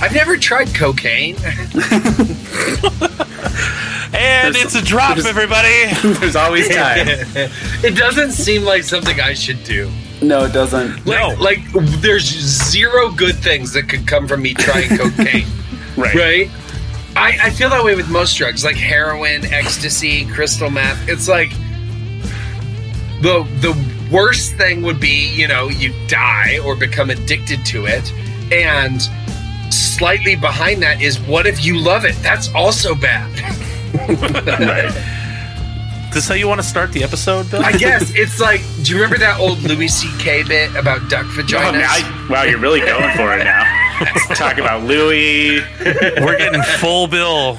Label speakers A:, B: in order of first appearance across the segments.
A: I've never tried cocaine.
B: And it's
C: There's-
B: a drop,
C: there's-
B: everybody.
C: There's always time.
A: it doesn't seem like something I should do.
C: no, it
A: Like,
C: doesn't.
B: No.
A: like there's zero good things that could come from me trying cocaine,
B: Right.
A: right? I, I feel that way with most drugs, like heroin, ecstasy, crystal meth. It's like the the worst thing would be, you know, you die or become addicted to it, and slightly behind that is what if you love it? That's also bad.
B: Is this how you want to start the episode, Bill?
A: I guess it's like, do you remember that old Louis C.K. bit about duck
C: Oh,
A: vaginas?
C: now, wow, you're really going for it now. Talk about Louis.
B: We're getting full bill.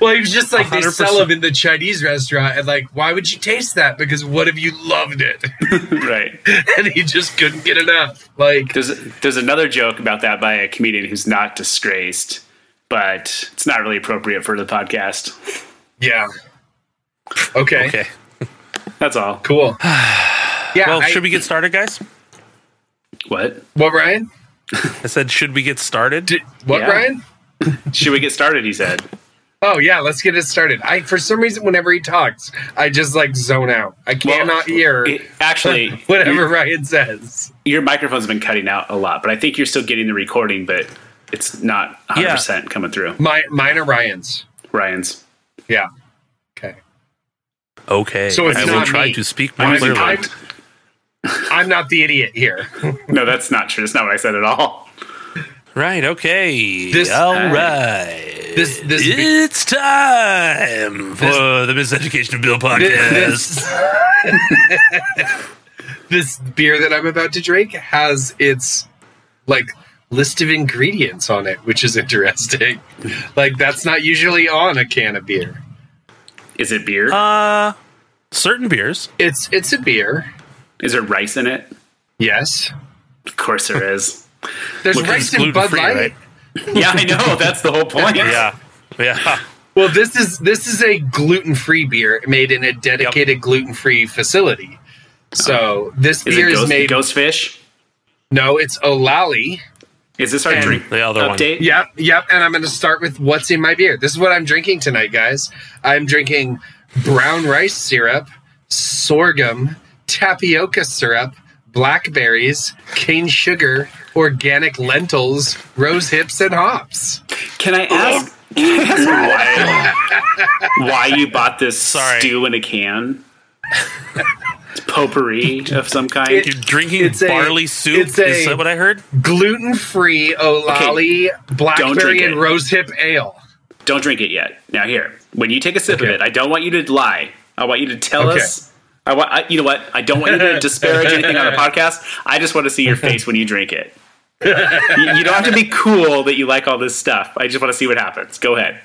A: well, he was just like, they
B: 100%.
A: sell them in the Chinese restaurant, and like, why would you taste that? Because what if you loved it?
C: right.
A: and he just couldn't get enough. Like,
C: There's there's another joke about that by a comedian who's not disgraced, but it's not really appropriate for the podcast.
A: yeah. Okay.
B: Okay.
C: That's all.
A: Cool. Yeah.
B: Well,
A: I-
B: should we get started, guys?
C: What?
A: what, Ryan?
B: I said, should we get started?
A: Did, what,
C: Yeah.
A: Ryan?
C: Should we get started? He said.
A: Oh yeah, let's get it started. I for some reason whenever he talks, I just like zone out. I cannot hear
C: It- actually,
A: whatever
C: your,
A: Ryan says.
C: your microphone's been cutting out a lot, but I think you're still getting the recording, but it's not 100 percent coming through.
A: My mine are Ryan's.
C: Ryan's.
A: Yeah. Okay.
B: Okay.
A: So it's
B: I will
A: not
B: try
A: me.
B: to speak more
A: I'm,
B: clearly.
A: I'm, I'm not the idiot here.
C: No, that's not true. That's not what I said at all.
B: Right. Okay.
A: This-
B: All
C: uh,
B: right.
A: this- this be-
B: it's time for the Miseducation of Bill podcast.
A: This, this beer that I'm about to drink has its like list of ingredients on it, which is interesting. Like that's not usually on a can of beer.
C: Is it beer?
B: uh, certain beers.
A: It's it's a beer.
C: is there rice in it?
A: Yes.
C: Of course there is.
A: There's
B: Look,
A: rice
B: it's
A: in Bud
B: gluten-free,
A: Light.
B: right?
C: yeah, I know. That's the whole point.
B: Yeah. Yeah.
A: Well, this is this is a gluten-free beer made in a dedicated gluten-free facility. So this
C: Is
A: beer
C: it
A: is
C: ghost,
A: made.
C: ghost fish?
A: No, it's Olali.
C: Is this our
A: And-
C: drink
B: The other one.
C: update?
A: Yep, yep. And I'm going to start with what's in my beer. This is what I'm drinking tonight, guys. I'm drinking brown rice syrup, sorghum, tapioca syrup, blackberries, cane sugar, organic lentils, rose hips, and hops.
C: Can I ask, can I ask Oh. why, why you bought this
B: Sorry.
C: stew in a can? It's potpourri of some kind.
B: You're drinking
A: It's a-
B: barley soup.
A: it's a-
B: Is that what I heard?
A: Gluten free Olali
C: drink
A: blackberry
C: it.
A: and rose hip ale.
C: don't drink it yet. Now here, when you take a sip
A: Okay.
C: of it, I don't want you to lie. I want you to tell
A: Okay.
C: us. I want I, you know what? I don't want you to disparage anything on the podcast. I just want to see your face when you drink it. you, you don't have to be cool that you like all this stuff. I just want to see what happens. Go ahead.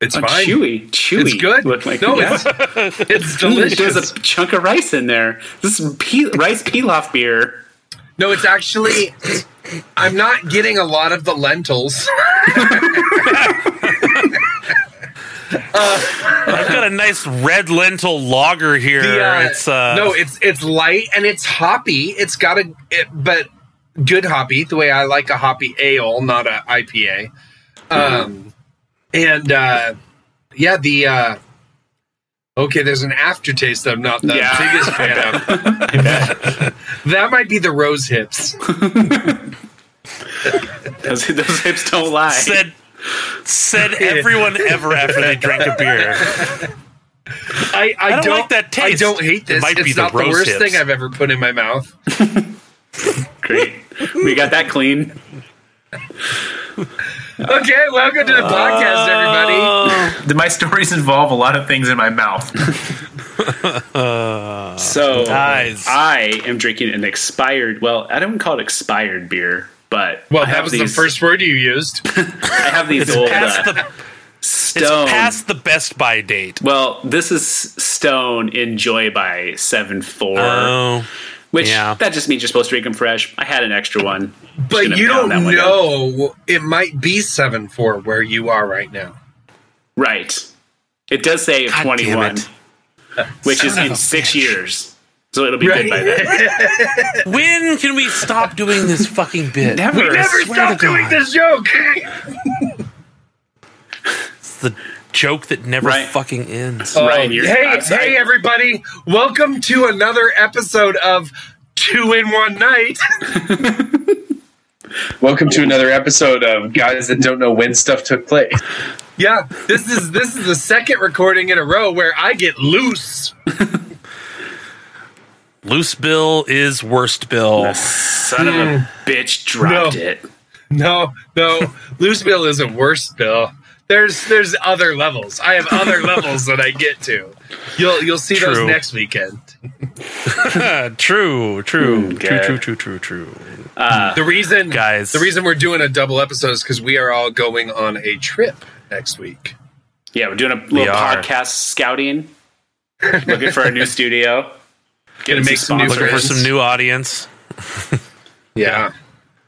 A: It's
C: Oh,
A: fine.
C: chewy, chewy.
A: It's good.
C: Look like
A: no,
C: yeah.
A: it's it's
C: Mm,
A: delicious.
C: There's a chunk of rice in there. This is pe- rice pilaf beer.
A: No, it's actually. I'm not getting a lot of the lentils.
B: I've got a nice red lentil lager here.
A: The, uh,
B: it's uh,
A: no, it's it's light and it's hoppy. It's got a it, but good hoppy, the way I like a hoppy ale, not a IPA. Um, and uh, yeah, the uh, okay, there's an aftertaste that I'm not the
C: Yeah.
A: biggest fan of. that might be the rose hips.
C: Those, those hips don't lie.
B: said said everyone ever after they drank a beer.
A: I, I,
B: don't like that
A: I
B: taste.
A: don't hate
B: It
A: this.
B: might be
A: It's
B: the
A: not the
B: rose
A: worst
B: hips.
A: thing I've ever put in my mouth.
C: Great. We got that clean.
A: Okay, welcome to the podcast,
B: Uh,
A: everybody.
D: My stories involve a lot of things in my mouth.
C: So
B: Uh, Nice.
C: I am drinking an expired. Well, I don't call it expired beer, but
A: Well,
C: I
A: that
C: have
A: was the
C: these-
A: first word you used.
C: I have these
B: It's
C: old
B: past
C: uh,
B: the it's
C: stone.
B: past the best by date.
C: well, this is Stone Enjoy by Seven Four,
B: Oh,
C: which
B: yeah.
C: that just means you're supposed to drink them fresh. I had an extra one, Just
A: But
C: gonna
A: you don't
C: pound that one down.
A: know. It might be seven four where you are right now.
C: right? It does say
B: damn
C: twenty one,
B: it.
C: which is
B: Son of
C: in
B: a
C: six
B: bitch.
C: years. so it'll be good by then.
B: When can we stop doing this fucking bit?
D: Never.
A: We never
B: swear
A: stop
B: to
A: doing
B: God.
A: this joke.
B: It's the joke that never
C: Right.
B: fucking ends.
A: Oh,
C: Ryan, you're-
A: hey,
C: I'm sorry.
A: hey, everybody! Welcome to another episode of Two in One Night.
E: Welcome to another episode of Guys That Don't Know When Stuff Took Place.
A: yeah, this is this is the second recording in a row where I get loose.
B: Loose Bill is worst Bill.
C: Son of a bitch dropped
A: Hmm. No.
C: it.
A: No, no, loose bill isn't worse bill. There's there's other levels. I have other levels that I get to. You'll you'll see those
B: True.
A: next weekend.
B: Uh, true, true, true,
C: God.
B: true, true, true, true.
A: The reason,
B: Guys.
A: the reason we're doing a double episode is because we are all going on a trip next week.
C: Yeah, we're doing a little
B: are.
C: podcast scouting, looking for a new studio.
A: Gonna
C: us
A: make some new
B: Looking for
A: friends.
B: some new audience.
A: Yeah,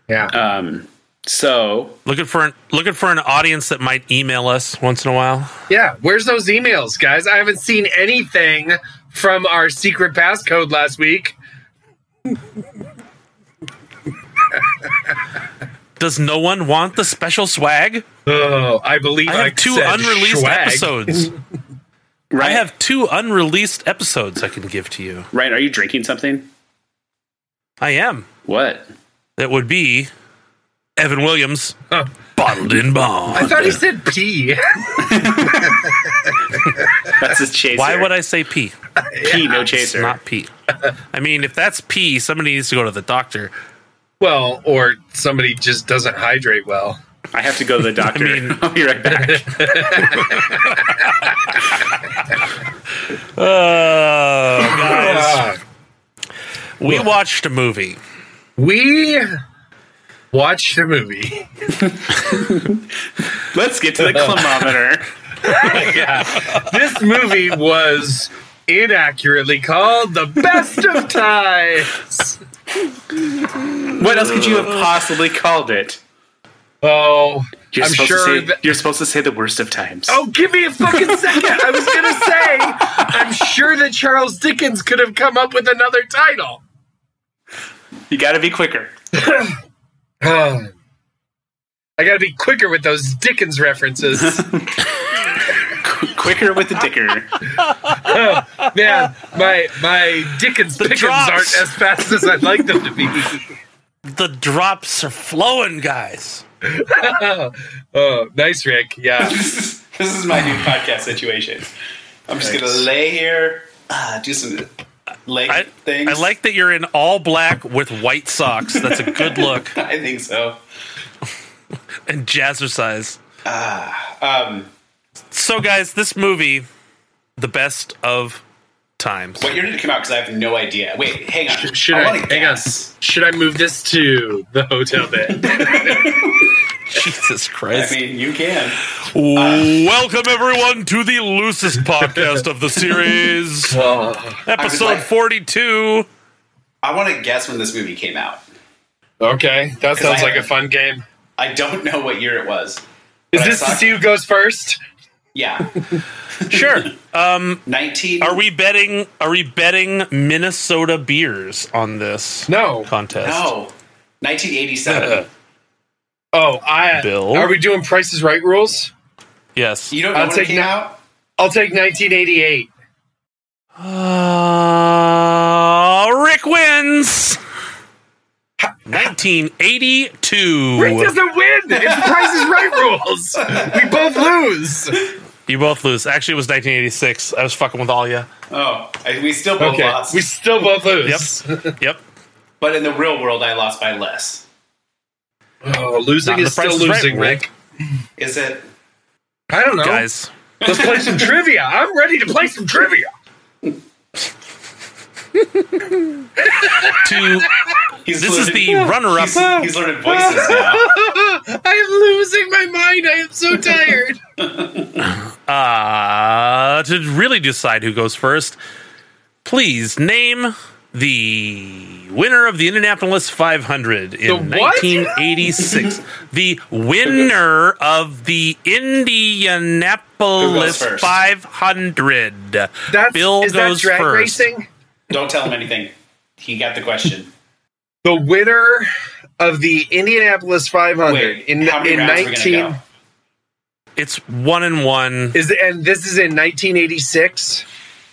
A: yeah.
C: Um, so
B: Looking for an looking for an audience that might email us once in a while.
A: Yeah, where's those emails, guys? I haven't seen anything from our secret passcode last week.
B: Does no one want the special swag?
A: Oh, I believe
B: I
A: I,
B: have two
A: said
B: unreleased
A: swag.
B: episodes.
C: right,
B: I have two unreleased episodes I can give to you.
C: right. Are you drinking something?
B: I am.
C: What?
B: That would be Evan Williams bottled in
A: I
B: bond.
A: thought he said pee.
C: That's a chaser.
B: Why would I say pee?
C: pee? No chaser.
B: Not pee. I mean, if that's pee, somebody needs to go to the doctor.
A: well, or somebody just doesn't hydrate well.
C: I have to go to the doctor. I
B: mean-
C: will be right back.
B: Oh, guys.
A: Ah,
B: Oh, We watched a movie.
A: we watched a movie.
C: Let's get to the climometer.
A: This movie was inaccurately called The Best of Ties.
C: What else could you have possibly called it?
A: Oh,
C: You're
A: I'm
C: supposed
A: sure
C: to say,
A: that-
C: you're supposed to say the worst of times.
A: Oh, give me a fucking second. I was going to say, I'm sure that Charles Dickens could have come up with another title.
C: You got to be quicker.
A: Ah. I got to be quicker with those Dickens references.
C: Qu- quicker with the dicker.
A: Man, my my Dickens Dickens
B: drops.
A: aren't as fast as I'd like them to be.
B: The drops are flowing, guys.
A: Oh, nice, Rick. Yeah.
C: this is my new podcast situation. I'm just
A: gonna Thanks.
C: lay here, uh, do some leg
B: I, I like that you're in all black with white socks. That's a good look.
C: I think so.
B: and jazzercise.
C: Um,
B: So, guys, this movie, the best of times.
C: Wait, you're going to come out because I have no idea. Wait, hang on.
A: Should I, hang on. Should I move this to the hotel bed?
B: Jesus
C: I
B: Christ.
C: mean, ah. you can.
B: Welcome, everyone, to the loosest podcast of the series,
A: Oh,
B: episode
C: like-
B: 42.
C: I want to guess when this movie came out.
A: okay, that
C: I
A: sounds like a
C: haven't-
A: fun game.
C: I don't know what year it was.
A: Is
C: I
A: this to
C: saw-
A: see who goes first?
C: Yeah,
B: Sure.
C: 19.
B: Are we betting? Are we betting Minnesota beers on this
A: No.
B: contest?
C: No, 1987.
A: Oh, I.
B: Bill?
A: Are we doing Prices Right rules?
B: Yes.
C: You don't know
A: I'll
C: when it
A: take
C: came
A: no-
C: out?
A: I'll take 1988.
B: Uh, Rick wins. 1982.
A: Rick doesn't win. It's Price is Right rules. We both lose.
B: You both lose. Actually, it was 1986. I was fucking with all you.
C: Oh, I, we still both lost.
A: we still both lose. Yep.
B: Yep.
C: but in the real world, I lost by less.
A: Oh, losing
B: Not the
A: is
B: Price
A: still
B: is Right
A: losing,
B: rule.
A: Rick.
C: Is it?
A: I don't know.
B: Guys,
A: Let's play some trivia. I'm ready to play some trivia.
B: to
C: He's
B: this is
C: learning-
B: the runner-up.
C: He's, he's learning voices now.
A: I'm losing my mind. I am so tired.
B: Uh, to really decide who goes first, please name the winner of the Indianapolis 500 in
A: The what?
B: 1986. the winner of the
C: Who goes
B: Indianapolis
C: first?
B: 500.
A: That's
B: Bill
A: is that
B: goes
A: drag
B: first.
A: racing?
F: Don't tell him anything. He got the question.
A: The winner of the Indianapolis 500
F: Wait,
A: in,
F: how many
A: in
F: rounds are we gonna
A: 19
F: go?
B: It's one and one.
A: is and this is in 1986.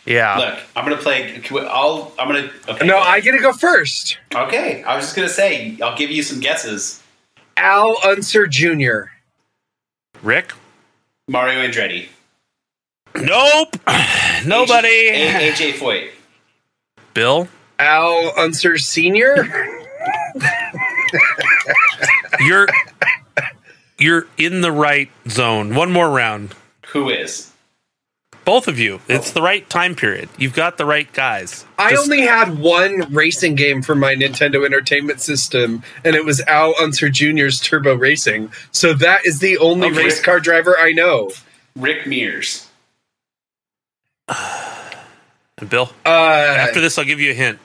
B: Yeah.
F: Look, I'm gonna play. can we- I'll. I'm gonna. Okay.
A: No, I get to go first.
F: Okay. I was just gonna say. I'll give you some guesses.
A: Al Unser Jr.
B: Rick?
F: Mario Andretti.
B: Nope. Nobody.
F: A- AJ Foyt.
B: Bill?
A: Al Unser Sr.
B: You're you're in the right zone. One more round.
F: Who is?
B: Both of you. It's the right time period. You've got the right guys.
A: I
B: Just-
A: only had one racing game for my Nintendo Entertainment System, and it was Al Unser Jr.'s Turbo Racing. So that is the only
F: Okay.
A: race car driver I know.
F: Rick Mears.
B: Bill.
A: Uh,
B: After this, I'll give you a hint.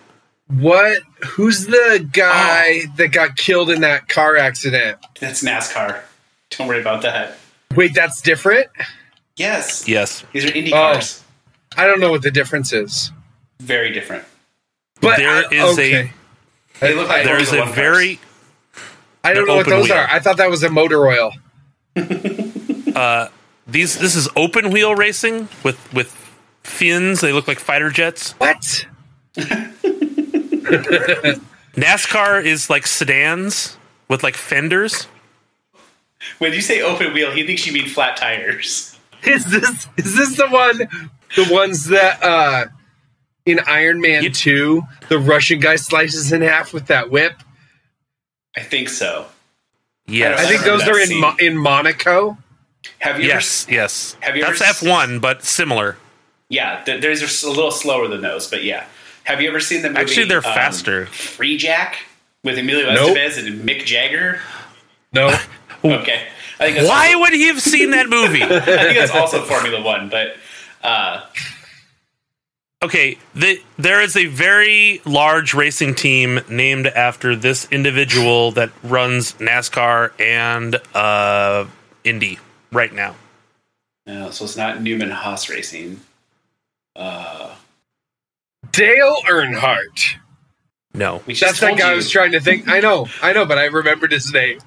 A: what? Who's the guy
B: Oh.
A: that got killed in that car accident?
F: That's NASCAR. Don't worry about that.
A: Wait, that's different.
F: Yes.
B: Yes.
F: These are Indy
A: Oh.
F: cars.
A: I don't know what the difference is.
F: Very different.
A: But uh,
B: There
A: I,
B: is a-
F: They look like
B: There is a
F: Formula One cars.
B: very
A: I don't
B: the
A: know what
B: open
A: those
B: wheel.
A: are. I thought that was a motor oil.
B: these this is open wheel racing with with fins. They look like fighter jets.
A: What?
B: NASCAR is like sedans with like fenders.
F: When you say open wheel, he thinks you mean flat tires.
A: Is this is this the one the ones that uh in Iron Man
B: You-
A: 2 the Russian guy slices in half with that whip?
F: I think so.
B: Yes.
A: I think
F: I
A: those
F: remember
A: are
F: that
A: in Mo- in Monaco.
F: Have you
B: yes.
F: ever?
B: Yes.
F: Have you
B: That's
F: ever
B: F one, but similar.
F: Yeah, th- theirs are s- a little slower than those, but yeah. Have you ever seen the movie?
B: Actually, they're
F: um,
B: faster.
F: Free Jack with Emilio
A: Nope.
F: Estevez and Mick Jagger.
A: No.
F: Okay, I think that's
B: Why would he have seen that movie?
F: I think that's also Formula One, but uh,
B: okay, the, there is a very large racing team named after this individual that runs NASCAR and uh, Indy right now.
F: no, uh, so it's not Newman Haas Racing. Uh,
A: Dale Earnhardt.
B: No.
F: we
A: That's
F: just
A: that
F: told
A: guy I
F: you,
A: was trying to think. I know. I know, but I remembered his name.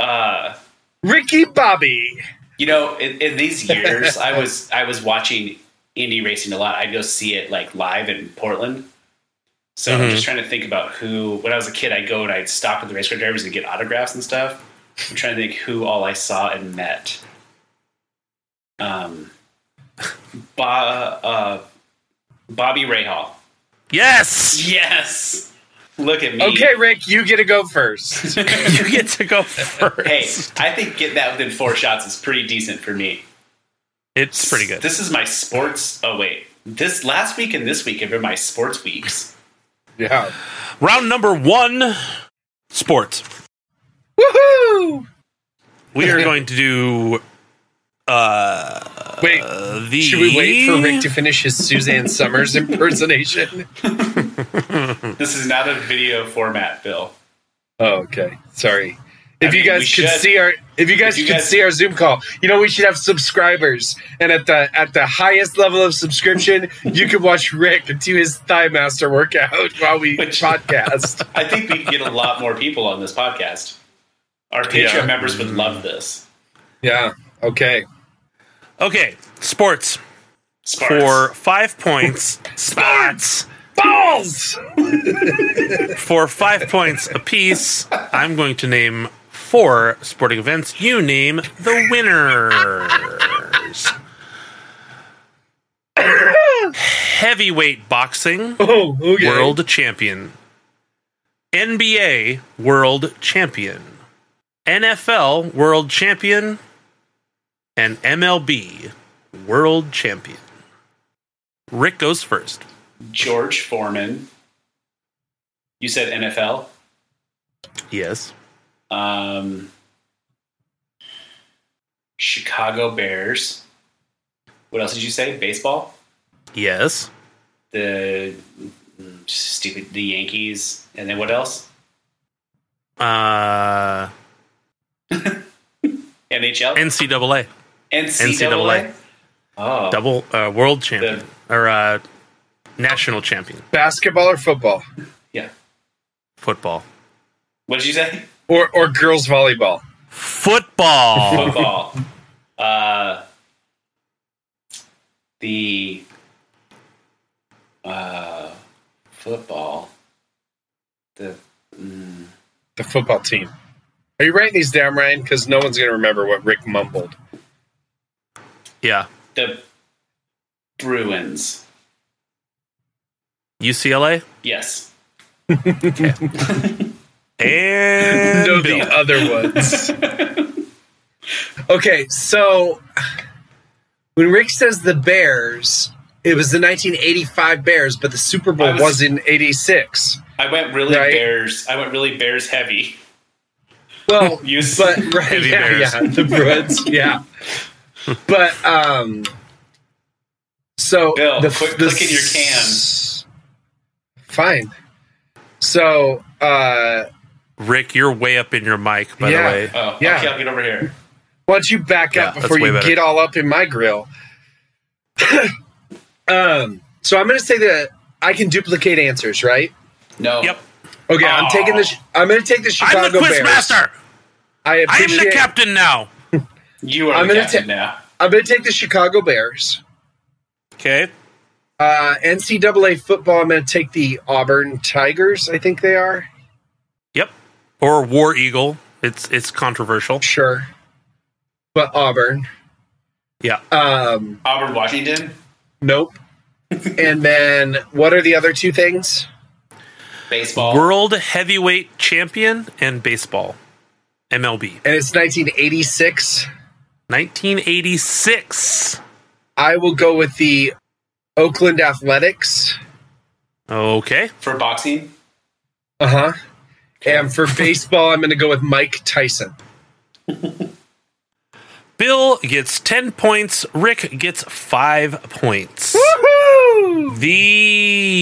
F: uh,
A: Ricky Bobby.
F: you know, in, in these years, I was I was watching indie racing a lot. I'd go see it like live in Portland. So I'm
B: Mhm.
F: just trying to think about who. When I was a kid, I'd go and I'd stop at the race car drivers and get autographs and stuff. I'm trying to think who all I saw and met. Um, Bo- uh, Bobby Rahal.
B: Yes!
F: Yes. Look at me.
A: Okay, Rick, you get to go first.
B: You get to go first.
F: Hey, I think getting that within four shots is pretty decent for me.
B: It's pretty good.
F: This is my sports. Oh wait, this last week and this week have been my sports weeks.
A: yeah.
B: Round number one sports.
A: Woohoo!
B: We are going to do uh,
A: Wait,
B: the.
A: should we wait for Rick
F: Uh,
A: to finish his Suzanne Summers impersonation?
F: This is not a video format, Bill.
A: Oh, okay. Sorry. If
F: I
A: you
F: mean,
A: guys
F: we
A: could
F: should.
A: see our if you guys
F: If you
A: could
F: guys-
A: see our Zoom call, you know we should have subscribers. And at the at the highest level of subscription, you can watch Rick do his thigh master workout while we
F: Which-
A: podcast.
F: I think we could get a lot more people on this podcast. Our Patreon
A: Yeah.
F: members would love this.
A: Yeah. Okay.
B: Okay, sports.
F: Sparks.
B: For five points. Sports!
A: Balls.
B: For five points apiece, I'm going to name four sporting events. You name the winners. Heavyweight boxing
A: Oh, okay.
B: world champion, NBA world champion, NFL world champion, and MLB world champion. Rick goes first.
F: George Foreman. You said NFL.
B: Yes.
F: Um, Chicago Bears. What else did you say? Baseball.
B: Yes.
F: The mm, stupid the Yankees, and then what else?
B: Uh,
F: NHL.
B: NCAA
F: NCAA.
B: NCAA.
F: Oh,
B: double uh, world champion or uh, National champion
A: Basketball or football?
F: Yeah.
B: football.
F: What did you say?
A: Or or girls volleyball?
B: Football.
F: Football. uh, the uh, football. The mm,
A: The football team. Are you writing these down, Ryan? Because no one's gonna remember what Rick mumbled.
B: yeah.
F: the Bruins.
B: UCLA
F: Yes.
B: and
A: No,
B: Bill.
A: the other ones. okay, so when Rick says the Bears, it was the 1985 Bears, but the Super Bowl
F: I
A: was,
F: was-
A: in '86.
F: I went really
A: Right.
F: Bears. I went really Bears heavy.
A: Well,
F: You s-
A: but right,
B: Heavy
A: yeah,
B: Bears.
A: yeah, the Bruins, yeah. But um, so
F: Bill,
A: the,
F: quit clicking your
A: s- Fine. So uh,
B: Rick, you're way up in your mic, by
A: Yeah.
B: the way.
F: Oh,
A: Yeah.
F: okay, I'll get over here.
A: Why don't you back
B: Yeah,
A: up
B: that's
A: before
B: way
A: you
B: better.
A: get all up in my grill? um, so I'm going to say that I can duplicate answers, right?
F: No.
B: Yep.
A: Okay, I'm taking the. Ch- I'm going to take the Chicago
B: I'm the quiz
A: Bears.
B: master.
A: I
B: I am
A: appreciate.
B: the captain now.
F: You are
A: I'm
F: the
A: gonna
F: captain
A: ta-
F: now.
A: I'm going to take the Chicago Bears.
B: Okay.
A: Uh, NCAA football. I'm going to take the Auburn Tigers. I think they are.
B: Yep. Or War Eagle. It's it's controversial.
A: Sure, but Auburn.
B: Yeah.
A: Um,
F: Auburn, Washington,
A: nope. and then what are the other two things?
F: baseball.
B: World heavyweight champion and baseball. MLB.
A: And it's 1986.
B: 1986.
A: I will go with the Oakland Athletics.
B: Okay.
F: for boxing.
A: Uh huh. And for baseball, I'm going to go with Mike Tyson.
B: Bill gets 10 points. Rick gets 5 points.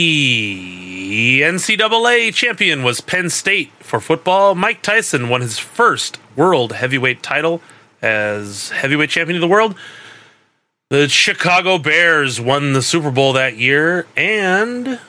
B: The NCAA champion was Penn State for football. Mike Tyson won his first world heavyweight title as heavyweight champion of the world. The Chicago Bears won the Super Bowl that year, and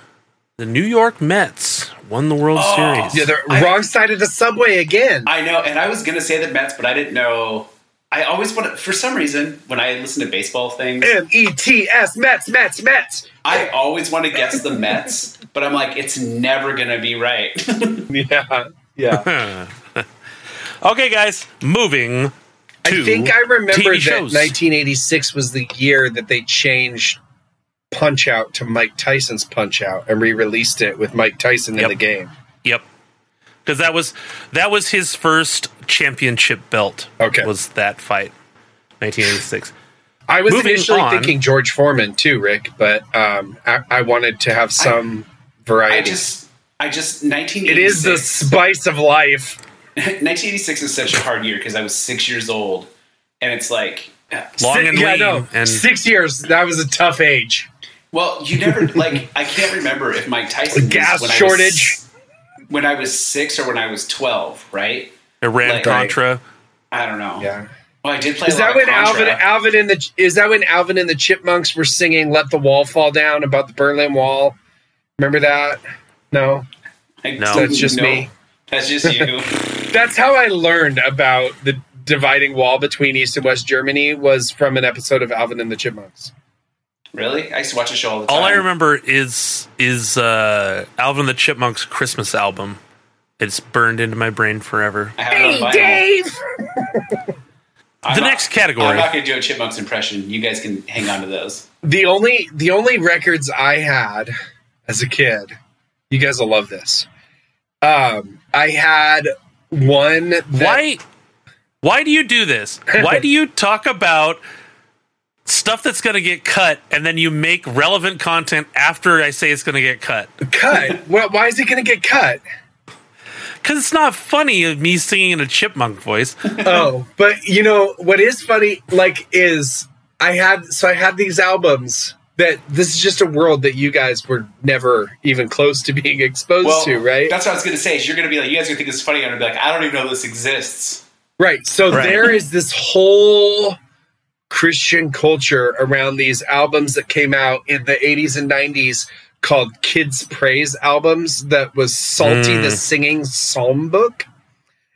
B: the New York Mets won the World
F: Oh,
B: Series.
A: Yeah, they're
F: I-
A: wrong side of the subway again.
F: I know, and I was gonna say the Mets, but I didn't know. I always want to, for some reason, when I listen to baseball things,
A: M E T S Mets Mets Mets.
F: I always want to guess the Mets, but I'm like, it's never gonna be right.
A: Yeah, yeah.
B: okay, guys, moving.
A: I
B: to
A: think I remember
B: TV
A: that
B: shows.
A: 1986 was the year that they changed Punch Out to Mike Tyson's Punch Out and re-released it with Mike Tyson in
B: Yep.
A: the game.
B: Yep. Because that was that was his first championship belt.
A: Okay.
B: was that fight, 1986?
A: I was
B: Moving
A: initially
B: on.
A: thinking George Foreman too, Rick, but um, I, I wanted to have some
F: I
A: variety.
F: just, I just,
A: it is
F: 1986.
A: the spice of life.
F: 1986 is such a hard year because I was six years old, and it's like,
B: Long and
A: yeah, I
B: lean
A: know.
B: and
A: six years. That was a tough age.
F: well, you never like. I can't remember if Mike Tyson was
A: Gas
F: when
A: shortage.
F: I was, when I was six or when I was 12, right?
B: Iran
F: Like-
B: Contra.
F: I don't know.
A: Yeah.
F: Well, I did play.
A: Is
F: a lot
A: that
F: of
A: when
F: Contra.
A: Alvin Alvin and the is that when Alvin and the Chipmunks were singing "Let the Wall Fall Down" about the Berlin Wall? Remember that? No,
F: I
B: No.
F: didn't
A: That's just
F: know.
A: me.
F: That's just you.
A: that's how I learned about the dividing wall between East and West Germany was from an episode of Alvin and the Chipmunks.
F: really? I used to watch a show all the time.
B: All I remember is is uh, Alvin and the Chipmunks Christmas album. It's burned into my brain forever.
F: I have it on vinyl. I'm
B: The
F: not-
B: next category.
F: I'm not going to do a Chipmunks impression. You guys can hang on to those.
A: The only the only records I had as a kid, you guys will love this. Um, I had one. That,
B: why why do you do this why do you talk about stuff that's going to get cut and then you make relevant content after i say it's going to get cut
A: cut? well, why is it going to get cut?
B: because it's not funny of me singing in a chipmunk voice
A: Oh, but you know what is funny? Like, is I had so I had these albums that this is just a world that you guys were never even close to being exposed to, right?
F: That's what I was going to say. Is you're going to be like, you guys are going to think this is funny. I'm going to be like, I don't even know this exists.
A: Right. So
B: Right.
A: there is this whole Christian culture around these albums that came out in the 80s and 90s called Kids Praise Albums that was Salty
B: Mm.
A: the Singing Psalm Book.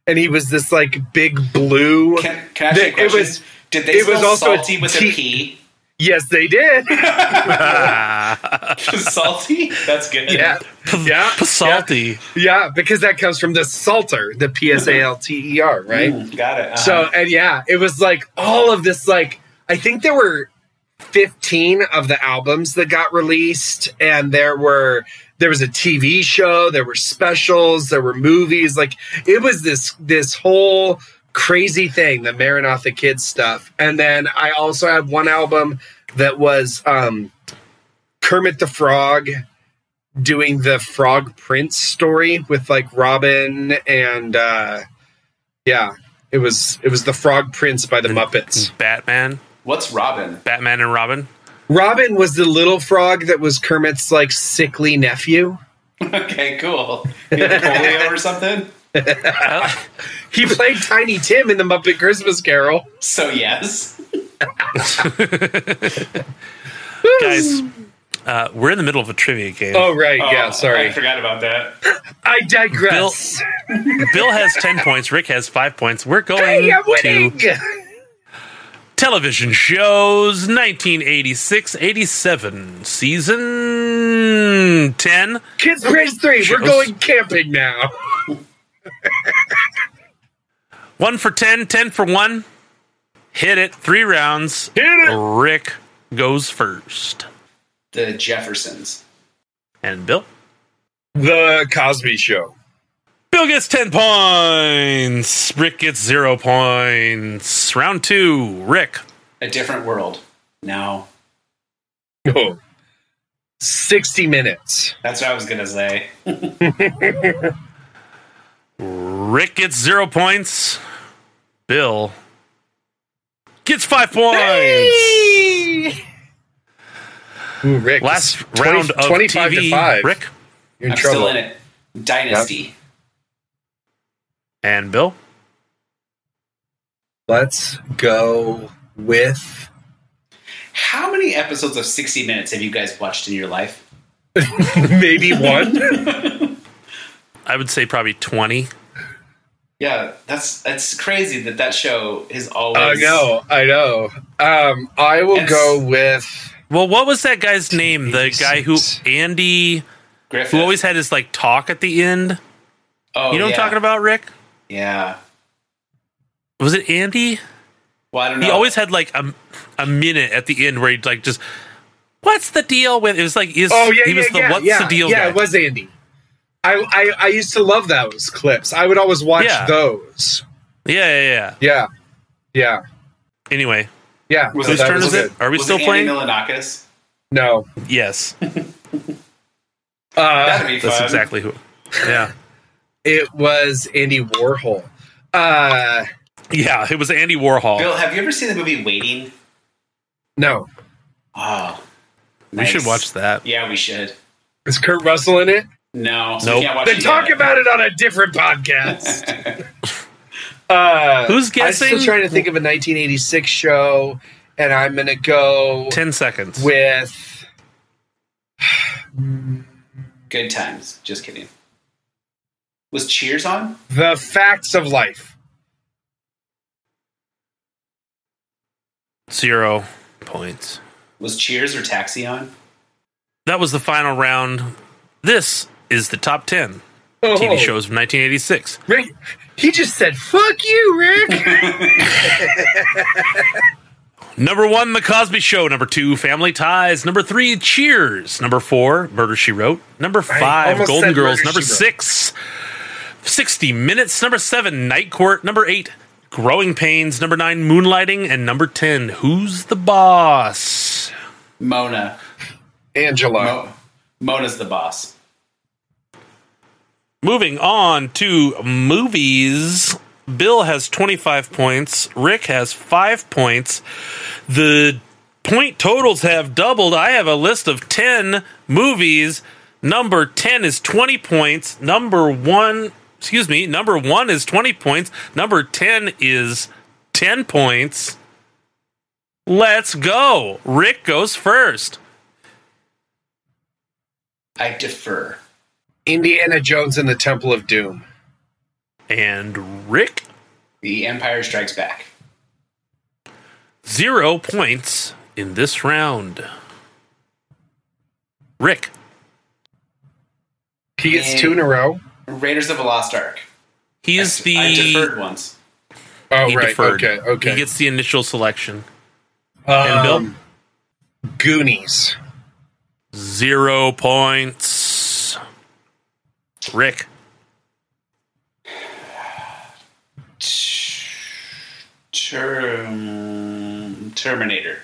A: And he was this like big blue.
F: Can, can I ask you
A: It
F: a question?
A: was-
F: Did they
A: it was
F: spell
A: also a
F: salty with
A: T-
F: a P?
A: yes, they did.
F: salty? That's good.
A: Yeah. Yeah.
B: Salty.
A: Yeah. Because that comes from the Psalter, the P S A L T E R, right?
F: Mm, Got it. Uh-huh.
A: So and yeah, it was like all of this. Like I think there were fifteen of the albums that got released, and there were there was a TV show, there were specials, there were movies. Like it was this this whole crazy thing, the Maranatha Kids stuff. And then I also had one album that was um Kermit the Frog doing the Frog Prince story with like Robin and uh yeah. It was it was the Frog Prince by the Muppets.
B: Batman.
F: What's Robin?
B: Batman and Robin.
A: Robin was the little frog that was Kermit's like sickly nephew.
F: Okay, cool. You have polio or something?
A: He played Tiny Tim in the Muppet Christmas Carol.
F: So yes.
B: Guys, uh, we're in the middle of a trivia game.
A: Oh right, yeah,
F: Oh, I
A: sorry.
F: forgot about that.
A: I digress.
B: Bill has 10 points. Rick has 5 points. We're going
A: hey, I'm
B: to
A: winning.
B: television shows 1986 87, season 10.
A: Kids Praise 3, we're
B: Shows.
A: going camping now.
B: 1 for 10, 10 for 1. Hit it. Three rounds.
A: Hit it.
B: Rick goes first.
F: The Jeffersons.
B: And Bill?
A: The Cosby Show.
B: Bill gets 10 points. Rick gets 0 points. Round 2. Rick.
F: A different world. No.
A: Oh. 60 minutes.
F: That's what I was gonna say.
B: Rick gets 0 points. Bill gets 5 points.
A: Ooh, Rick.
B: Last
A: it's 20
B: round of
A: 25
B: TV,
A: to 5.
B: Rick
A: you're in
F: I'm
A: trouble.
F: still in it. Dynasty.
B: and Bill.
A: Let's go with
F: How many episodes of 60 Minutes have you guys watched in your life?
A: maybe one.
B: I would say probably 20.
F: Yeah, that's that's crazy that that show is
A: I
F: always.
A: know, I know. Um, I will
F: Yes.
A: go with
B: Well, what was that guy's name? The guy who
A: 86.
B: Andy
F: Griffin.
B: who always had his like talk at the end.
F: oh,
B: You know what
F: yeah.
B: I'm talking about, Rick?
F: Yeah.
B: Was it Andy?
F: Well, I don't know.
B: He always had like a, a minute at the end where he'd like just what's the deal with it was like is
A: oh yeah,
B: he was
A: yeah,
B: the
A: yeah,
B: what's
A: yeah,
B: the deal
A: Yeah,
B: guy.
A: it was Andy. I, I I used to love those clips. I would always watch
B: Yeah.
A: those.
B: yeah, yeah, yeah.
A: Yeah, yeah,
B: Anyway,
A: yeah.
F: Was
A: So
F: it-
B: whose
A: that
B: turn
A: was
B: is it?
A: good.
B: Are we
F: Was
B: still
F: it
B: playing?
F: Andy Milonakis?
A: No,
B: yes.
A: uh,
F: That'd be fun.
B: That's exactly who. Yeah.
A: it was Andy Warhol. Uh,
B: Yeah, it was Andy Warhol.
F: Bill, have you ever seen the movie Waiting?
A: no,
F: Oh,
B: we should watch that.
F: Yeah, we should.
A: is Kurt Russell in it?
F: No, so
B: Nope.
F: we can't watch
A: Then
F: it
A: talk
F: yet.
A: about it on a different podcast. uh,
B: Who's
A: I'm
B: guessing?
A: still trying to think of a 1986 show, and I'm gonna go
B: 10 seconds.
A: with
F: Good times. Just kidding. Was Cheers on?
A: the facts of life.
B: Zero points.
F: Was Cheers or Taxi on?
B: That was the final round. This is the top 10 TV shows from 1986.
A: Oh, Rick, he just said, "Fuck you, Rick."
B: Number one, The Cosby Show. Number two, Family Ties. Number three, Cheers. Number four, Murder She Wrote. Number five,
A: almost
B: Golden
A: said
B: Girls.
A: Murder,
B: Number
A: She Wrote.
B: six, 60 Minutes. Number seven, Night Court. Number eight, Growing Pains. Number nine, Moonlighting. And number 10, Who's the Boss?
F: Mona.
A: Angela.
F: Mo- Mona's the boss.
B: Moving on to movies. Bill has 25 points. Rick has five points. The point totals have doubled. I have a list of 10 movies. Number 10 is 20 points. Number one, excuse me, number one is 20 points. Number 10 is 10 points. Let's go. Rick goes first.
F: I defer.
A: Indiana Jones and the Temple of Doom.
B: And Rick,
F: The Empire Strikes Back.
B: zero points in this round. Rick,
A: He gets two in a row.
F: Raiders of the Lost Ark.
B: he is the.
F: I deferred once.
A: Oh
B: he
A: right.
B: deferred.
A: Okay. Okay.
B: He gets the initial selection.
A: um,
B: Bill?
A: Oh, Goonies.
B: Zero points. Rick,
F: Term- Terminator.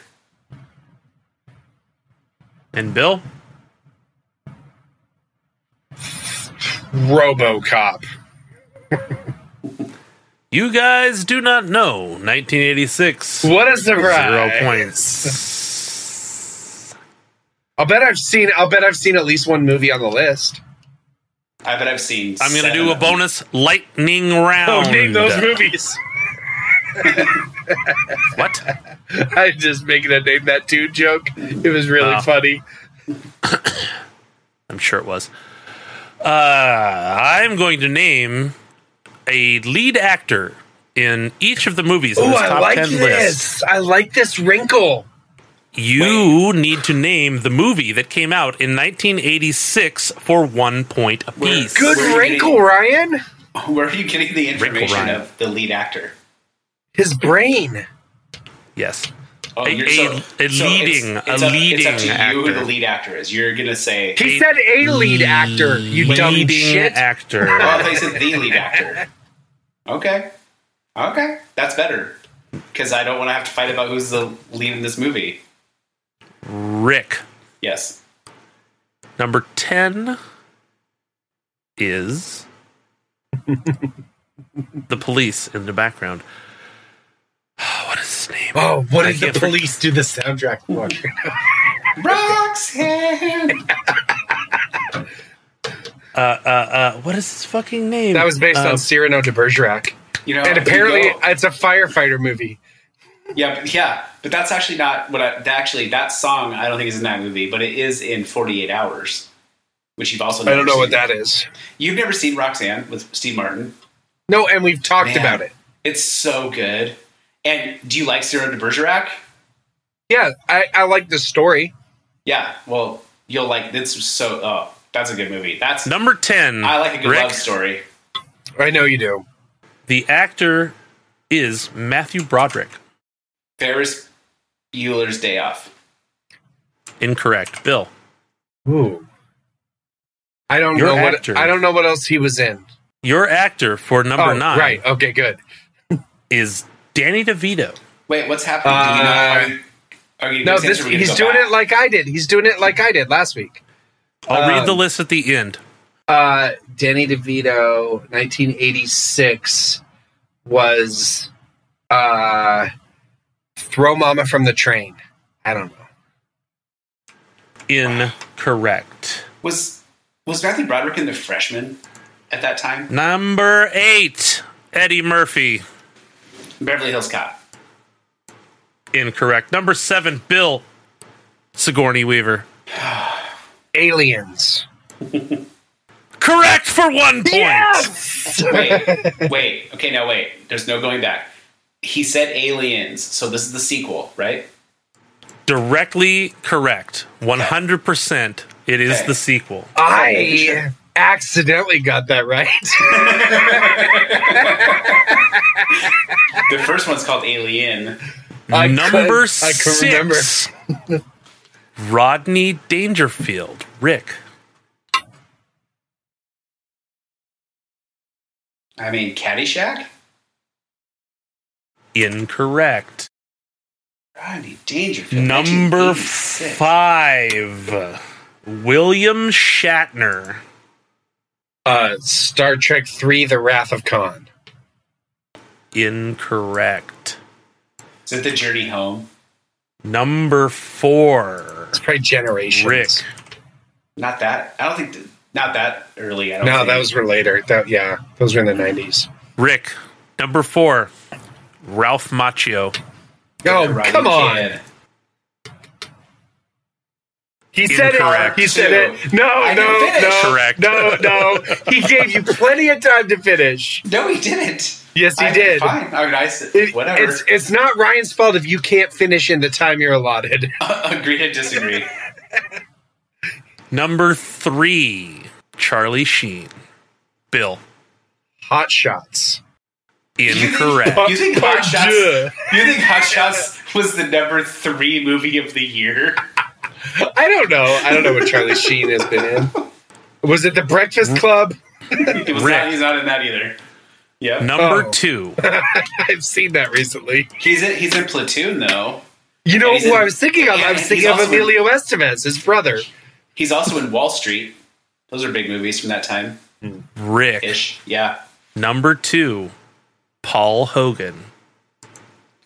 B: and Bill,
A: RoboCop.
B: you guys do not know 1986.
A: What a surprise!
B: Zero points.
A: I'll bet I've seen. I'll bet I've seen at least one movie on the list.
F: I bet I've seen.
B: I'm going to
F: seven
B: do a
F: of them.
B: bonus lightning round.
A: Oh, name those movies.
B: What?
A: I was just making a name that too joke. It was really
B: Wow.
A: funny.
B: I'm sure it was. Uh, I'm going to name a lead actor in each of the movies in
A: Oh,
B: this top
A: I like
B: 10
A: this.
B: list.
A: I like this wrinkle.
B: You need to name the movie that came out in 1986 for one point apiece.
A: Good
F: Where are you
A: wrinkle, Ryan.
F: getting- Where are you getting the information
B: Ryan.
F: of the lead actor?
A: His brain.
B: Yes.
F: Oh,
B: A-
F: you're
B: a-
F: so,
B: a
F: so it's-
B: leading- a
F: it's up, It's up
B: leading
F: to you
B: actor.
F: who the lead actor is. You're gonna say.
A: He said a lead actor. You dumb
B: Leading
A: shit.
B: actor.
F: Well, they said the lead actor. Okay, okay, that's better because I don't want to have to fight about who's the lead in this movie.
B: Rick.
F: Yes,
B: Number 10 is the police in the background. What is his name?
A: Oh, what
B: I
A: did the
B: can't for-
A: police do the soundtrack for?
F: Roxanne.
B: Uh, uh, uh, what is his fucking name?
A: that was based
B: Uh,
A: on Cyrano de Bergerac.
F: You know,
A: and
F: Oh, you
A: apparently,
F: go.
A: it's a firefighter movie.
F: yeah, but- yeah, but that's actually not what. I, that- actually, that song I don't think is in that movie, but it is in Forty Eight Hours, which you've also.
A: I don't
F: never
A: know what
F: seen.
A: that is.
F: You've never seen Roxanne with Steve Martin.
A: No, and we've talked
F: Man.
A: about it.
F: It's so good. And do you like Cyrano de Bergerac?
A: Yeah, I, I like the story.
F: Yeah. Well, you'll like this. is So, oh, that's a good movie. That's
B: Number 10.
F: I like a good
B: Rick,
F: love story.
A: I know you do.
B: The actor is Matthew Broderick.
F: Ferris Bueller's Day Off.
B: Incorrect. Bill.
A: Ooh. I don't
B: Your
A: know what
B: actor.
A: I don't know what else he was in.
B: Your actor for number
A: oh,
B: nine
A: right. Okay, good.
B: is Danny DeVito.
F: Wait, what's happening? do you know? Are you, are you
A: Uh, No, this he's doing it like I did. He's doing it like I did last week.
B: I'll
A: Um,
B: read the list at the end.
A: Uh Danny DeVito, 1986 was uh Throw Mama from the Train. I don't know.
B: Incorrect.
F: was was Matthew Broderick in The Freshman at that time?
B: Number eight, Eddie Murphy.
F: Beverly Hills Cop.
B: Incorrect. Number seven, Bill Sigourney Weaver.
A: Aliens.
B: Correct for one point.
F: Wait, wait. Okay, now wait. There's no going back. He said Aliens, so this is the sequel, right?
B: Directly correct. 100%. It is
F: Okay.
B: the
A: Uh,
B: sequel.
A: I accidentally got that right.
F: The first one's called Alien.
A: I
B: Number
A: could- I could remember.
B: six, Rodney Dangerfield. Rick.
F: I mean, Caddyshack.
B: Incorrect.
F: Rodney Dangerfield.
B: Number
F: 1986.
B: five, William Shatner.
A: uh Star Trek 3 The Wrath of Khan.
B: Incorrect.
F: Is it the Journey Home?
B: Number four,
A: It's probably Generations.
B: Rick.
F: Not that. I don't think. th- not that early. I don't.
A: No,
F: think.
A: that was were later. That yeah, those were in the nineties.
B: Rick. Number four, Ralph Macchio.
A: Oh
F: Rodney
A: come on!
F: Kidd.
A: He said
B: Incorrect.
A: it. He said it. No,
F: I
A: no,
F: didn't finish.
A: no,
B: Correct.
A: no, no. He gave you plenty of time to finish.
F: No, he didn't.
A: Yes, he
F: I-
A: did.
F: Fine. I mean, I said
A: It-
F: whatever.
A: It's it's not Ryan's fault if you can't finish in the time you're allotted.
F: Agree to disagree.
B: Number three, Charlie Sheen. Bill.
A: Hot shots.
B: Incorrect.
A: Oh.
F: You think Hot Shots?
A: Pardieu.
F: You think Hot Shots was the number three movie of the year?
A: I don't know. I don't know what Charlie Sheen has been in. Was it The Breakfast
F: Mm-hmm.
A: Club?
F: It was
B: Rick.
F: not, he's not in that either. Yeah,
B: Number
A: Oh.
B: two,
A: I've seen that recently.
F: he's in, he's in Platoon though.
A: You know
F: And he's
A: who
F: in-
A: I was thinking of?
F: Yeah,
A: I was
F: he's
A: thinking of
F: also in-
A: Emilio Estevez, his brother.
F: He's also in Wall Street. Those are big movies from that time
B: Rick.
F: ish. Yeah,
B: Number two, Paul Hogan.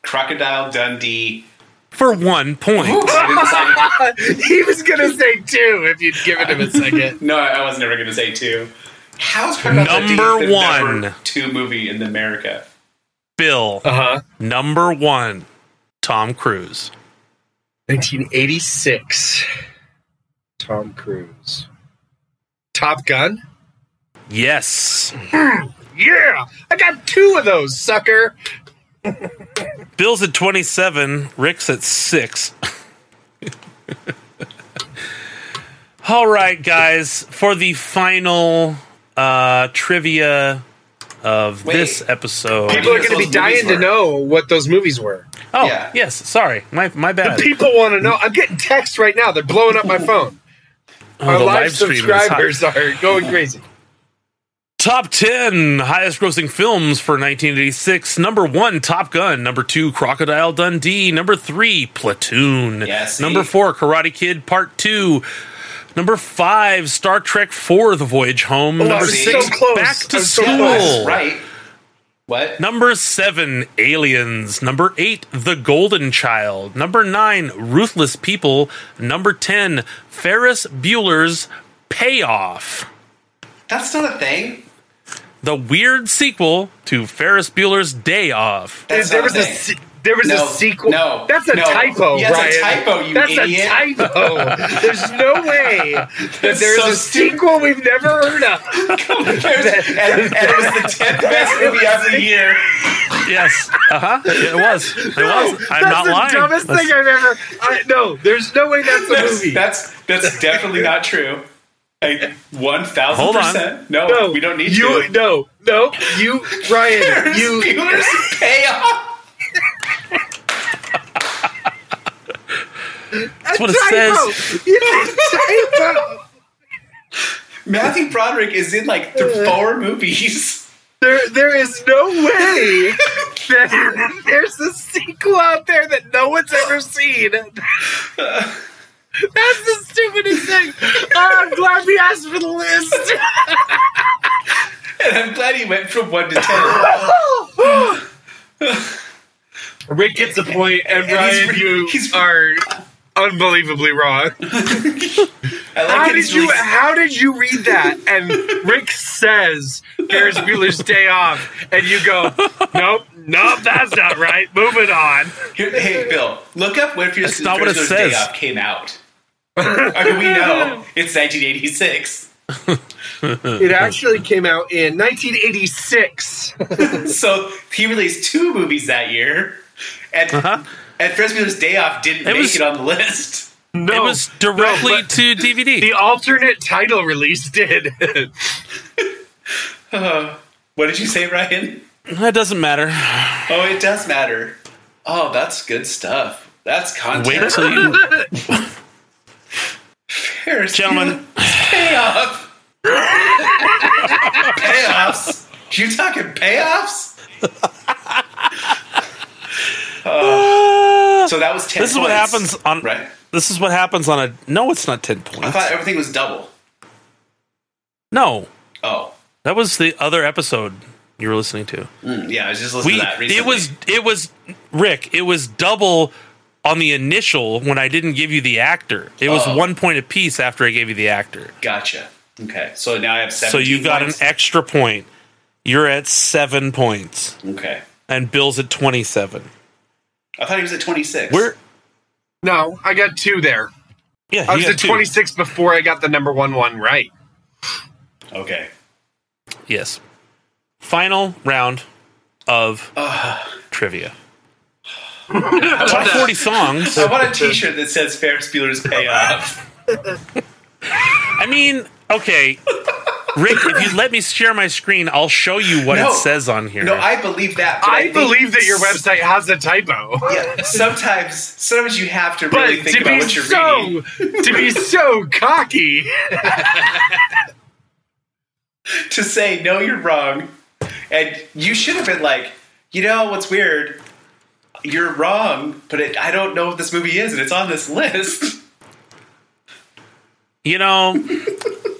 F: Crocodile Dundee.
B: For one point.
F: I didn't say-
A: he was gonna say two if you'd given him a second.
F: no, I was never going to say two. How's Crocodile
B: Number
F: Dundee the
B: one.
F: number two movie in America?
B: Bill.
A: Uh huh.
B: Number one, Tom Cruise.
A: 1986. Tom Cruise. Top Gun.
B: Yes.
A: Yeah, I got two of those, sucker.
B: Bill's at 27, Rick's at 6. All right, guys, for the final uh, trivia of
F: Wait.
B: this episode.
A: People are
F: Those
A: going to be
F: movies
A: dying to
F: were.
A: know what those movies were.
B: oh,
F: yeah.
B: yes, sorry. My my bad.
A: People want to know. I'm getting texts right now. They're blowing up my phone.
B: Oh,
A: Our
B: the
A: live
B: stream is hot.
A: subscribers are going crazy.
B: Top 10 highest grossing films for 1986. Number 1 Top Gun, number 2 Crocodile Dundee, number 3 Platoon.
F: Yeah, see?
B: number 4 Karate Kid Part 2. Number 5 Star Trek 4 The Voyage Home.
A: Oh, I
B: number
A: was
B: 6
A: so close.
B: Back to
A: I was so
B: School.
A: close.
F: Right. What?
B: Number 7 Aliens, number 8 The Golden Child, number 9 Ruthless People, number 10 Ferris Bueller's Payoff.
F: That's not a thing.
B: the weird sequel to Ferris Bueller's Day Off.
F: That's
A: there
F: not
A: was
F: a
A: a
F: thing.
A: se- there was
F: No,
A: a sequel.
F: no,
A: that's a
F: no.
A: typo,
F: Yeah, it's a
A: Ryan.
F: typo, you
A: that's
F: idiot.
A: a typo. There's no way that
F: That's
A: there's
F: so
A: a
F: stupid.
A: sequel we've never heard of.
F: and, and it was the tenth best movie of the year.
B: Yes. Uh huh. It was. It was.
A: that's
B: I'm not
A: the
B: lying.
A: dumbest
B: That's-
A: thing I've ever. I, no, there's no way that's a
F: That's
A: movie.
F: that's, that's definitely not true. Like one thousand
B: Hold on.
F: percent. No,
A: no,
F: we don't need
A: you.
F: to.
A: No, no, you, Ryan, you.
F: Bueller's payoff.
A: That's
B: what it
A: typo. It's a typo.
F: Matthew Broderick is in like
A: Uh.
F: th- four movies.
A: There, there is no way that there's a sequel out there that no one's ever seen. That's the stupidest thing. Oh, I'm glad we asked for the list.
F: And I'm glad he went from one to ten.
A: Rick gets a point, and,
F: Ryan,
A: Ryan, you
F: he's-
A: are unbelievably wrong.
F: I like
A: How
F: it.
A: did
F: He's
A: you?
F: really-
A: How did you read that? And Rick says Ferris Bueller's Day Off, and you go, nope, nope, that's not right. Moving on.
F: Here- hey, Bill, look up when Fierce
B: That's not what it
F: Prisoners
B: says.
F: Day Off came out. I mean, we know it's 1986.
A: It actually came out in 1986.
F: So he released two movies that year, and
B: Uh-huh.
F: and Ferris Bueller's Day Off didn't make
B: was-
F: it on the list.
A: No,
B: It was directly
A: No, but-
B: to DVD.
A: the alternate title release did.
F: Uh, what did you say, Ryan?
B: that doesn't matter.
F: Oh, it does matter. Oh, that's good stuff. That's content.
B: Wait till you,
F: Ferris
B: gentlemen.
F: Bueller's Day Off. payoffs. You talking payoffs? So that was ten.
B: Uh, This is what
F: points,
B: happens on.
F: Right.
B: This is what happens on a. No, it's not ten
F: I
B: points.
F: thought everything was double.
B: No,
F: Oh,
B: that was the other episode you were listening to.
F: mm, yeah. I was just listening
B: We.
F: to that recently.
B: It was. It was Rick. It was double. On the initial, when I didn't give you the actor, it was
F: Oh.
B: one point apiece after I gave you the actor.
F: gotcha. Okay, so now I have seven.
B: So you got an extra point. You're at seven points,
F: okay.
B: and Bill's at twenty-seven.
F: I thought he was at 26.
B: We're
A: no, I got two there.
B: Yeah,
A: I
B: he
A: was
B: got
A: at
B: two.
A: 26 before I got the number one one right.
F: Okay.
B: Yes. Final round of trivia. Top 40 songs.
F: I want a T-shirt that says Ferris Bueller's Pay Off.
B: I mean, okay. Rick, if you let me share my screen, I'll show you what
F: No.
B: it says on here.
F: No, I believe that. but
A: I,
F: think
A: believe that your website has a typo.
F: Yeah, sometimes, sometimes you have to
A: But
F: really think
A: to be
F: about what you're reading.
A: so to be so cocky,
F: to say no you're wrong and you should have been like you know what's weird you're wrong but it, i don't know what this movie is and it's on this list
B: you know,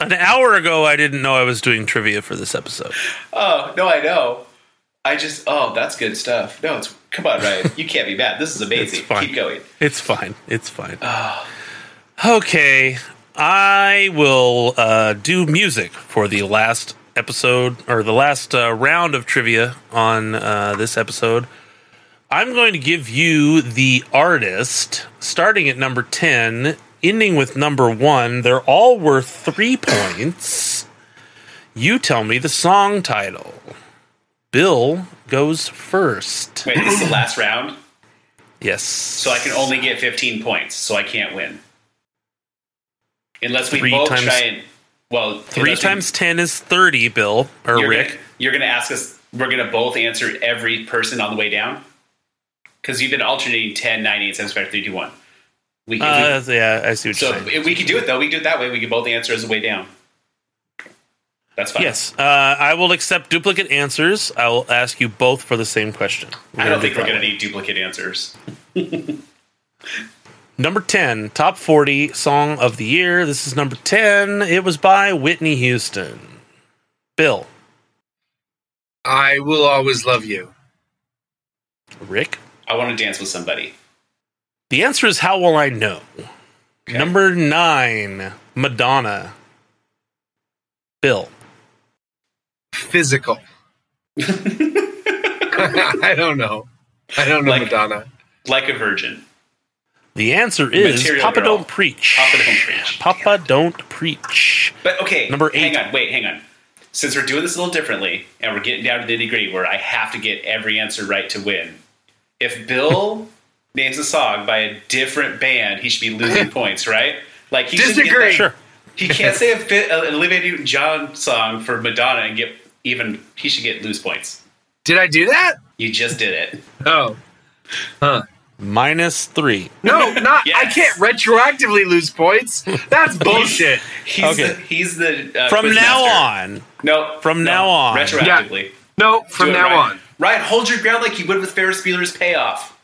B: an hour ago, I didn't know I was doing trivia for this episode.
F: oh no i know i just oh that's good stuff no it's come on Ryan. you can't be mad this is amazing
B: It's fine.
F: keep going
B: It's fine. It's fine. Okay. I will uh, do music for the last episode or the last uh, round of trivia on uh, this episode. I'm going to give you the artist starting at number 10, ending with number one. They're all worth three points. You tell me the song title. Bill goes first.
F: wait this is the last round
B: Yes.
F: so i can only get 15 points so i can't win unless we
B: Three
F: both
B: times-
F: try and well
B: Three
F: unless we-
B: times ten is thirty, Bill or
F: you're
B: Rick.
F: Gonna, you're going to ask us, we're going to both answer every person on the way down? Because you've been alternating 10, 9, 8, 7, 5, 3, 2, 1. We can,
B: Uh, yeah, I see what
F: so
B: you're saying.
F: if we can do it, though. We can do it that way. We can both answer as the way down. That's fine.
B: Yes, uh, I will accept duplicate answers. I will ask you both for the same question.
F: I don't think we're going to need duplicate answers.
B: Number ten, top forty song of the year. This is number ten. It was by Whitney Houston. Bill,
A: I will always love you.
B: Rick.
F: I want to dance with somebody.
B: The answer is how will I know? Number nine, Madonna. Bill,
A: Physical. I don't know. I don't know
F: Like-
A: Madonna.
F: Like a virgin.
B: the answer is
F: Material
B: Papa
F: Girl.
B: Don't Preach.
F: Pop it home, Fringe.
B: Papa Don't Preach.
F: But okay,
B: Number eight.
F: Hang on, wait, hang on. Since we're doing this a little differently, and we're getting down to nitty gritty, where I have to get every answer right to win. If Bill names a song by a different band, he should be losing points, right? Like he shouldn't get
A: Disagree.
F: that-
B: Sure.
F: He can't say a fit, an Olivia Newton-John song for Madonna and get even. He should get lose points.
A: Did I do that?
F: You just did it.
A: Oh. Huh.
B: Minus three.
A: No, not I
F: Yes.
A: can't retroactively lose points. That's bullshit.
F: He's
B: Okay.
F: the, he's the uh,
B: From now
F: quizmaster.
B: on,
F: No,
B: From
F: no,
B: now on.
F: retroactively.
A: no, from
F: Do it,
A: now
F: Ryan.
A: on.
F: Ryan, hold your ground like you would with Ferris Bueller's payoff.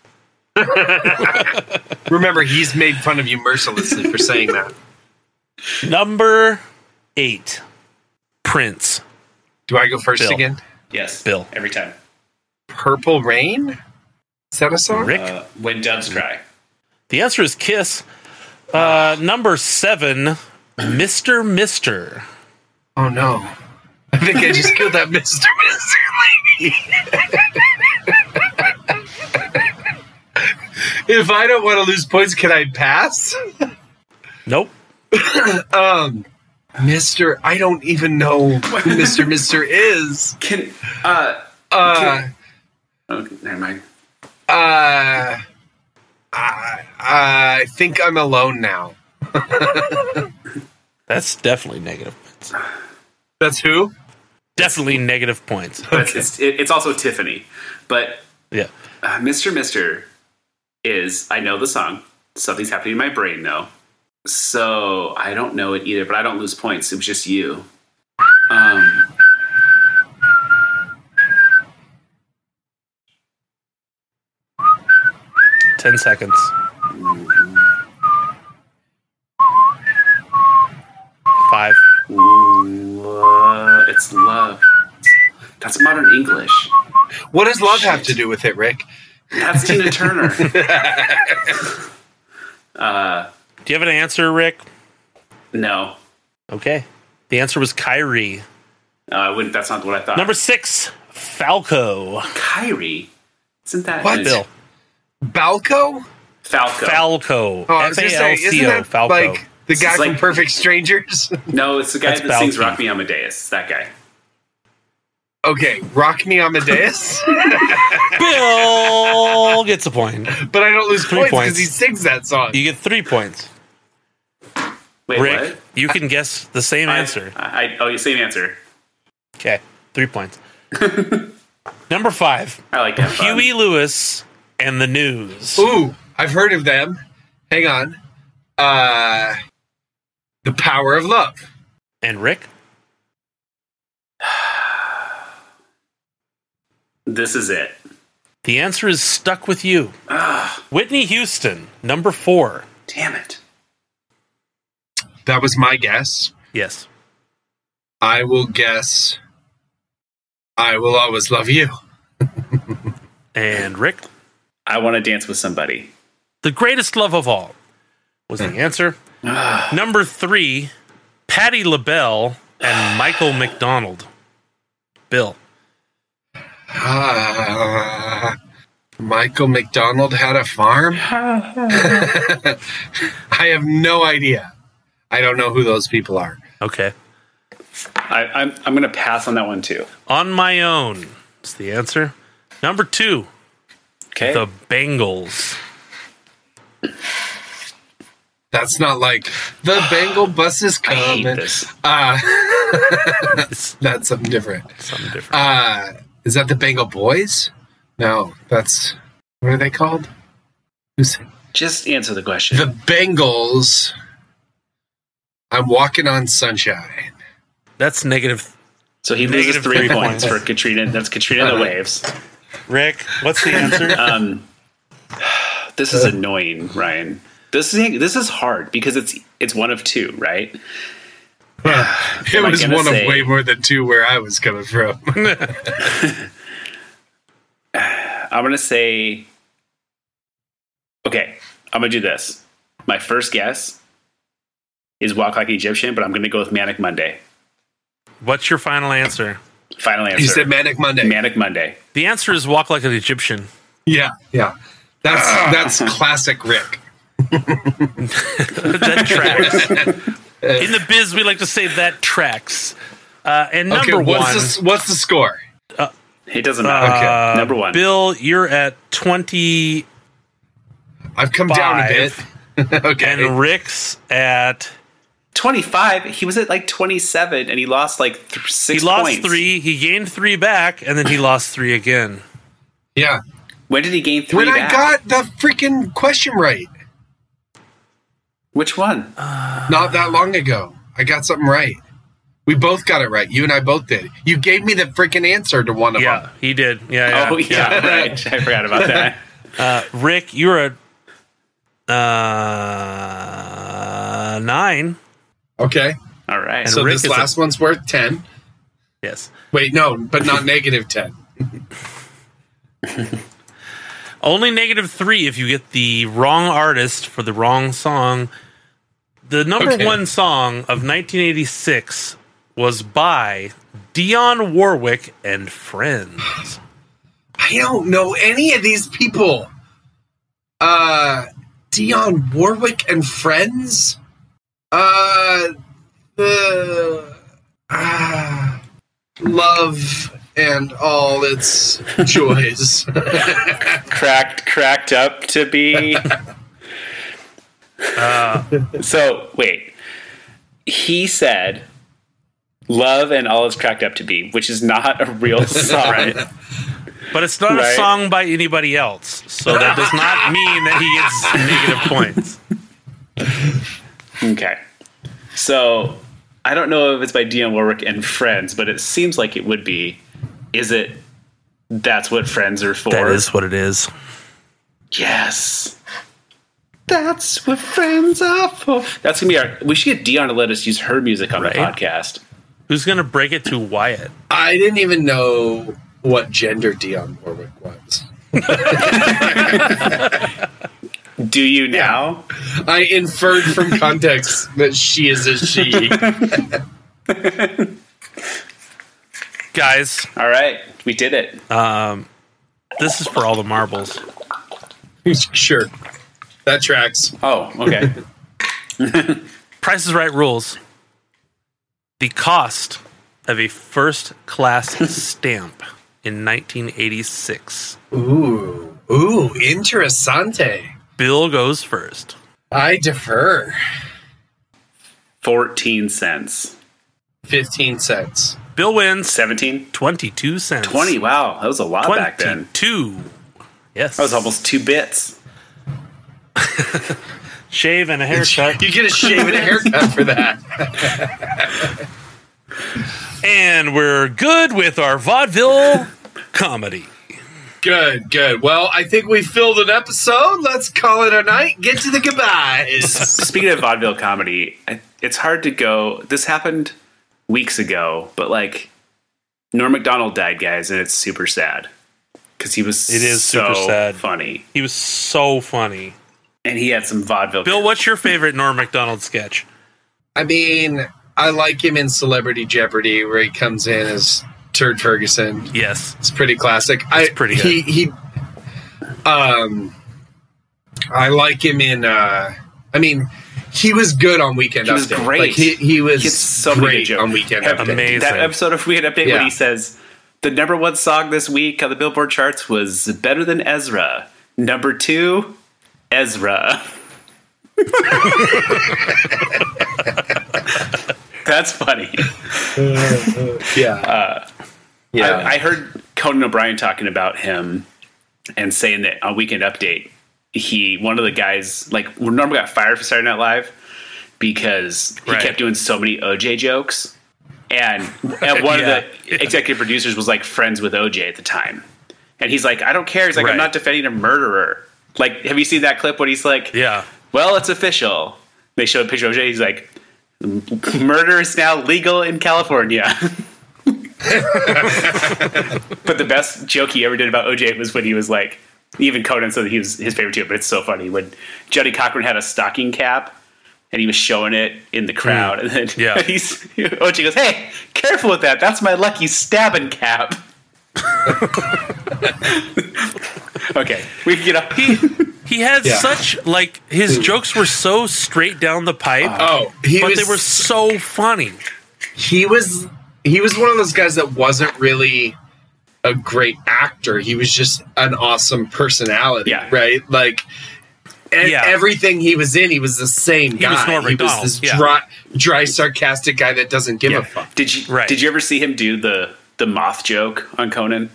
A: Remember, he's made fun of you mercilessly for saying that.
B: number eight, Prince.
A: Do I go first
B: Bill.
A: again?
F: Yes,
B: Bill.
F: Every time.
A: Purple Rain? Is that a song?
B: Rick.
F: Uh, when doves
B: Mm.
F: cry.
B: the answer is Kiss. Uh, number seven, Mister Mister.
A: Oh no. I think I just killed that Mr. Mr. Lady. if I don't want to lose points, can I pass?
B: Nope.
A: Um Mr. I don't even know who Mr. Mr. is.
F: Can uh
A: Uh
C: Oh,
F: okay, never mind.
A: uh I, I think I'm alone now.
B: That's definitely negative points.
A: That's who?
B: Definitely negative points.
C: But it's, it, it's also Tiffany. But
B: Yeah.
C: uh, Mr. Mister is, I know the song. Something's happening in my brain, though. So I don't know it either, but I don't lose points. It was just you. Um,
B: Ten seconds. Five.
C: lo- it's love. That's modern English.
A: What does love have to do with it, Rick?
C: That's Tina Turner. uh,
B: Do you have an answer, Rick?
C: no,
B: Okay. The answer was Kyrie.
C: no, I wouldn't. That's not what I thought.
B: Number six, Falco.
C: Kyrie, isn't that
A: What?
C: It's
B: Bill.
A: Balco?
C: Falco.
B: Falco.
A: Oh, I was
B: F
A: gonna say,
B: A L
A: isn't
B: C O.
A: that
B: Falco.
A: like the guy
C: is
A: from
C: like-
A: Perfect Strangers?
C: no, it's the guy
B: That's
C: that sings
B: Falcon.
C: Rock Me Amadeus. It's that guy.
A: okay, Rock Me Amadeus,
B: Bill gets a point.
A: but I don't lose
B: Three
A: points because
B: points.
A: he sings that song.
B: You get three points.
C: Wait,
B: Rick,
C: what?
B: you can guess the same answer.
C: I, I, oh, same answer.
B: Okay, three points. Number five
C: I like that. fun.
B: Huey Lewis and the News.
A: Ooh, I've heard of them. Hang on, uh, the Power of Love.
B: And Rick?
C: This is it.
B: The answer is stuck with you. Whitney Houston, number four.
C: Damn it.
A: That was my guess.
B: Yes.
A: I will guess. I will always love you.
B: And Rick?
C: I want to dance with somebody.
B: The greatest love of all was the answer. Number three, Patty LaBelle and Michael McDonald. Bill.
A: Ah, Michael McDonald had a farm? I have no idea. I don't know who those people are.
B: Okay.
C: I, I'm I'm gonna pass on that one too.
B: On my own is the answer. Number two,
C: Okay.
B: the Bengals.
A: That's not like the Bengal buses come.
C: I hate
A: and-
C: this.
A: Uh,
B: It's
A: that's something different.
B: something different.
A: Uh, is that the Bengal Boys? No, that's what are they called? Who's
C: Just answer the question.
A: the Bengals? I'm walking on sunshine.
B: That's negative.
C: so he loses
B: Negative three
C: three
B: points.
C: points for Katrina. That's Katrina and the Waves.
B: Rick, what's the answer?
C: Um, this
B: Uh.
C: is annoying, Ryan. This is this is hard because it's it's one of two, right?
A: it
C: I
A: was
C: gonna
A: one
C: say?
A: of way more than two where I was coming from.
C: I'm gonna say. Okay, I'm gonna do this. My first guess is Walk Like an Egyptian, but I'm gonna go with Manic Monday.
B: What's your final answer?
C: Final answer.
A: you said Manic Monday.
C: Manic Monday.
B: The answer is walk like an Egyptian.
A: Yeah, yeah. That's that's classic Rick.
B: that tracks. In the biz, we like to say that tracks. Uh, and
A: Okay,
B: number
A: what's
B: one,
A: the s- what's the score?
C: It doesn't matter.
B: uh,
C: Number one.
B: Bill, you're at twenty,
A: I've come down a bit. okay.
B: and Rick's at
C: 25. He was at like 27, and he lost like th-
B: he
C: six
B: lost
C: points.
B: three, he gained three back, and then he lost three again.
A: yeah.
C: When did he gain three?
A: When I
C: back?
A: got the freaking question right
C: which one?
A: not that long ago, I got something right. We both got it right. You and I both did. You gave me the freaking answer to one of
B: Yeah, he did. Yeah, yeah.
C: oh yeah, right. I forgot about that.
B: Rick, you're at uh, nine.
A: them. Okay.
C: All right.
A: So
B: Rick
A: this
B: is a-
A: last one's worth 10.
B: Yes.
A: Wait, no, but not negative 10.
B: Only negative three if you get the wrong artist for the wrong song. The number
A: Okay.
B: one song of 1986 was by Dionne Warwick and Friends.
A: I don't know any of these people. Uh Dion Warwick and friends? Uh the ah, love and all its joys.
C: cracked cracked up to be. Uh. so wait, he said, "Love and all it's cracked up to be," which is not a real song.
B: But it's not a
C: Right.
B: song by anybody else, so that does not mean that he gets negative points.
C: Okay, so I don't know if it's by Dionne Warwick and Friends, but it seems like it would be. Is it? That's what friends are for.
B: That is what it is.
C: Yes. That's what friends are for. That's gonna be our. We should get Dion to let us use her music on the
B: Right.
C: podcast.
B: Who's going to break it to Wyatt?
A: I didn't even know what gender Dion Warwick was.
C: Do you now?
A: I inferred from context that she is a she.
B: Guys,
C: All right, we did it.
B: this is for all the marbles.
A: sure. That tracks.
C: Oh, okay.
B: Price is Right rules. The cost of a first class stamp in 1986.
A: Ooh, ooh, interessante.
B: Bill goes first.
A: I defer.
C: 14 cents.
A: Fifteen cents.
B: Bill wins
C: 17?
B: 22 cents.
C: 20. Wow. That was a lot back then.
B: 22. Yes.
C: That was almost two bits.
B: shave and a haircut.
A: You get a shave and a haircut for that.
B: and we're good with our vaudeville comedy.
A: Good, good. Well, I think we filled an episode. Let's call it a night. Get to the goodbyes.
C: Speaking of vaudeville comedy, I- it's hard to go. This happened weeks ago, but like Norm MacDonald died, guys, and it's super sad. Because he was
B: It is
C: so
B: super sad.
C: funny.
B: He was so funny.
C: And he had some vaudeville.
B: Bill, what's your favorite Norm MacDonald sketch?
A: I mean, I like him in Celebrity Jeopardy, where he comes in as Turd Ferguson.
B: Yes.
A: It's pretty classic. I
B: pretty good.
A: He, he um, I like him in. Uh, I mean, he was good on Weekend
C: He
A: Update.
C: was great.
A: Like, he, he was
C: He gets so many
A: great
C: jokes.
A: on Weekend
C: Have-
A: Update.
B: Amazing.
C: That episode of Weird Update
A: Yeah.
C: when he says the number one song this week on the Billboard charts was "Better Than Ezra." Number two, Ezra. That's funny.
A: Yeah, yeah.
C: I, I heard Conan O'Brien talking about him and saying that on Weekend Update, he one of the guys like Norm got fired for Saturday Night Live because he
B: Right.
C: kept doing so many OJ jokes, and, and one
B: yeah.
C: of the executive producers was like friends with OJ at the time, and he's like, I don't care. He's like,
B: Right.
C: I'm not defending a murderer. Like, have you seen that clip when he's like,
B: Yeah.
C: well, it's official. They show a picture of OJ. He's like, murder is now legal in California. but the best joke he ever did about OJ was when he was like, even Conan said that he was his favorite too, but it's so funny. When Jody Cochran had a stocking cap and he was showing it in the crowd, and then
B: Yeah.
C: he's, OJ goes, hey, careful with that. That's my lucky stabbing cap. okay, we can get up.
B: He had
A: Yeah.
B: such like his jokes were so straight down the pipe,
A: oh, he
B: but
A: was,
B: they were so funny.
A: he was he was one of those guys that wasn't really a great actor. He was just an awesome personality,
C: Yeah.
A: right? Like and
B: Yeah.
A: everything he was in, he was the same guy.
B: was Norm
A: he
B: Macdonald,
A: was this
B: yeah.
A: dry, dry, sarcastic guy that doesn't give a fuck.
C: Did you
B: Oh, Right.
C: did you ever see him do the the moth joke on Conan?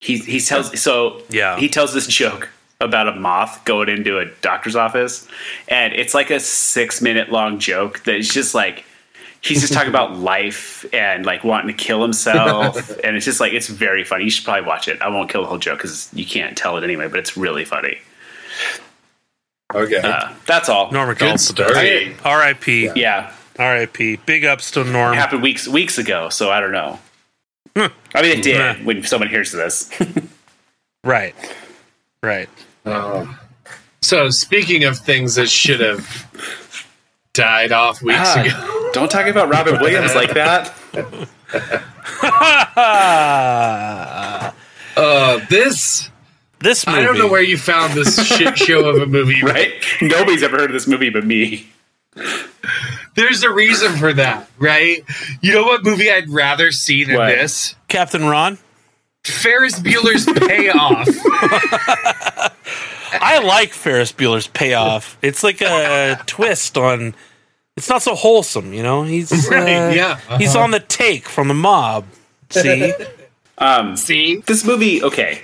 C: He he tells so
B: Yeah.
C: he tells this joke about a moth going into a doctor's office, and it's like a six minute long joke that is just like he's just talking about life and like wanting to kill himself, and it's just like it's very funny. You should probably watch it. I won't kill the whole joke because you can't tell it anyway, but it's really funny.
A: Okay.
C: Uh, that's all.
B: Norm MacDonald.
A: story.
B: R.I.P.
C: Yeah,
B: R.I.P. Big ups to Norm.
C: it happened weeks weeks ago, so I don't know.
A: Hmm.
C: I mean, it did
B: Yeah.
C: when someone hears this.
B: Right. Right.
A: Oh. So speaking of things that should have died off weeks ago.
C: Don't talk about Robin Williams like that.
A: Uh, this
B: This movie.
A: I don't know where you found this shit show of a movie, right?
C: Right? Nobody's ever heard of this movie but me.
A: There's a reason for that, right? You know what movie I'd rather see than
C: What?
A: this?
B: Captain Ron.
A: Ferris Bueller's Payoff.
C: Uh,
B: I like Ferris Bueller's payoff. It's like a twist on. It's not so wholesome, you know. He's uh,
A: Right, yeah. Uh-huh.
B: He's on the take from the mob. See,
C: Um,
A: See?
C: this movie, okay.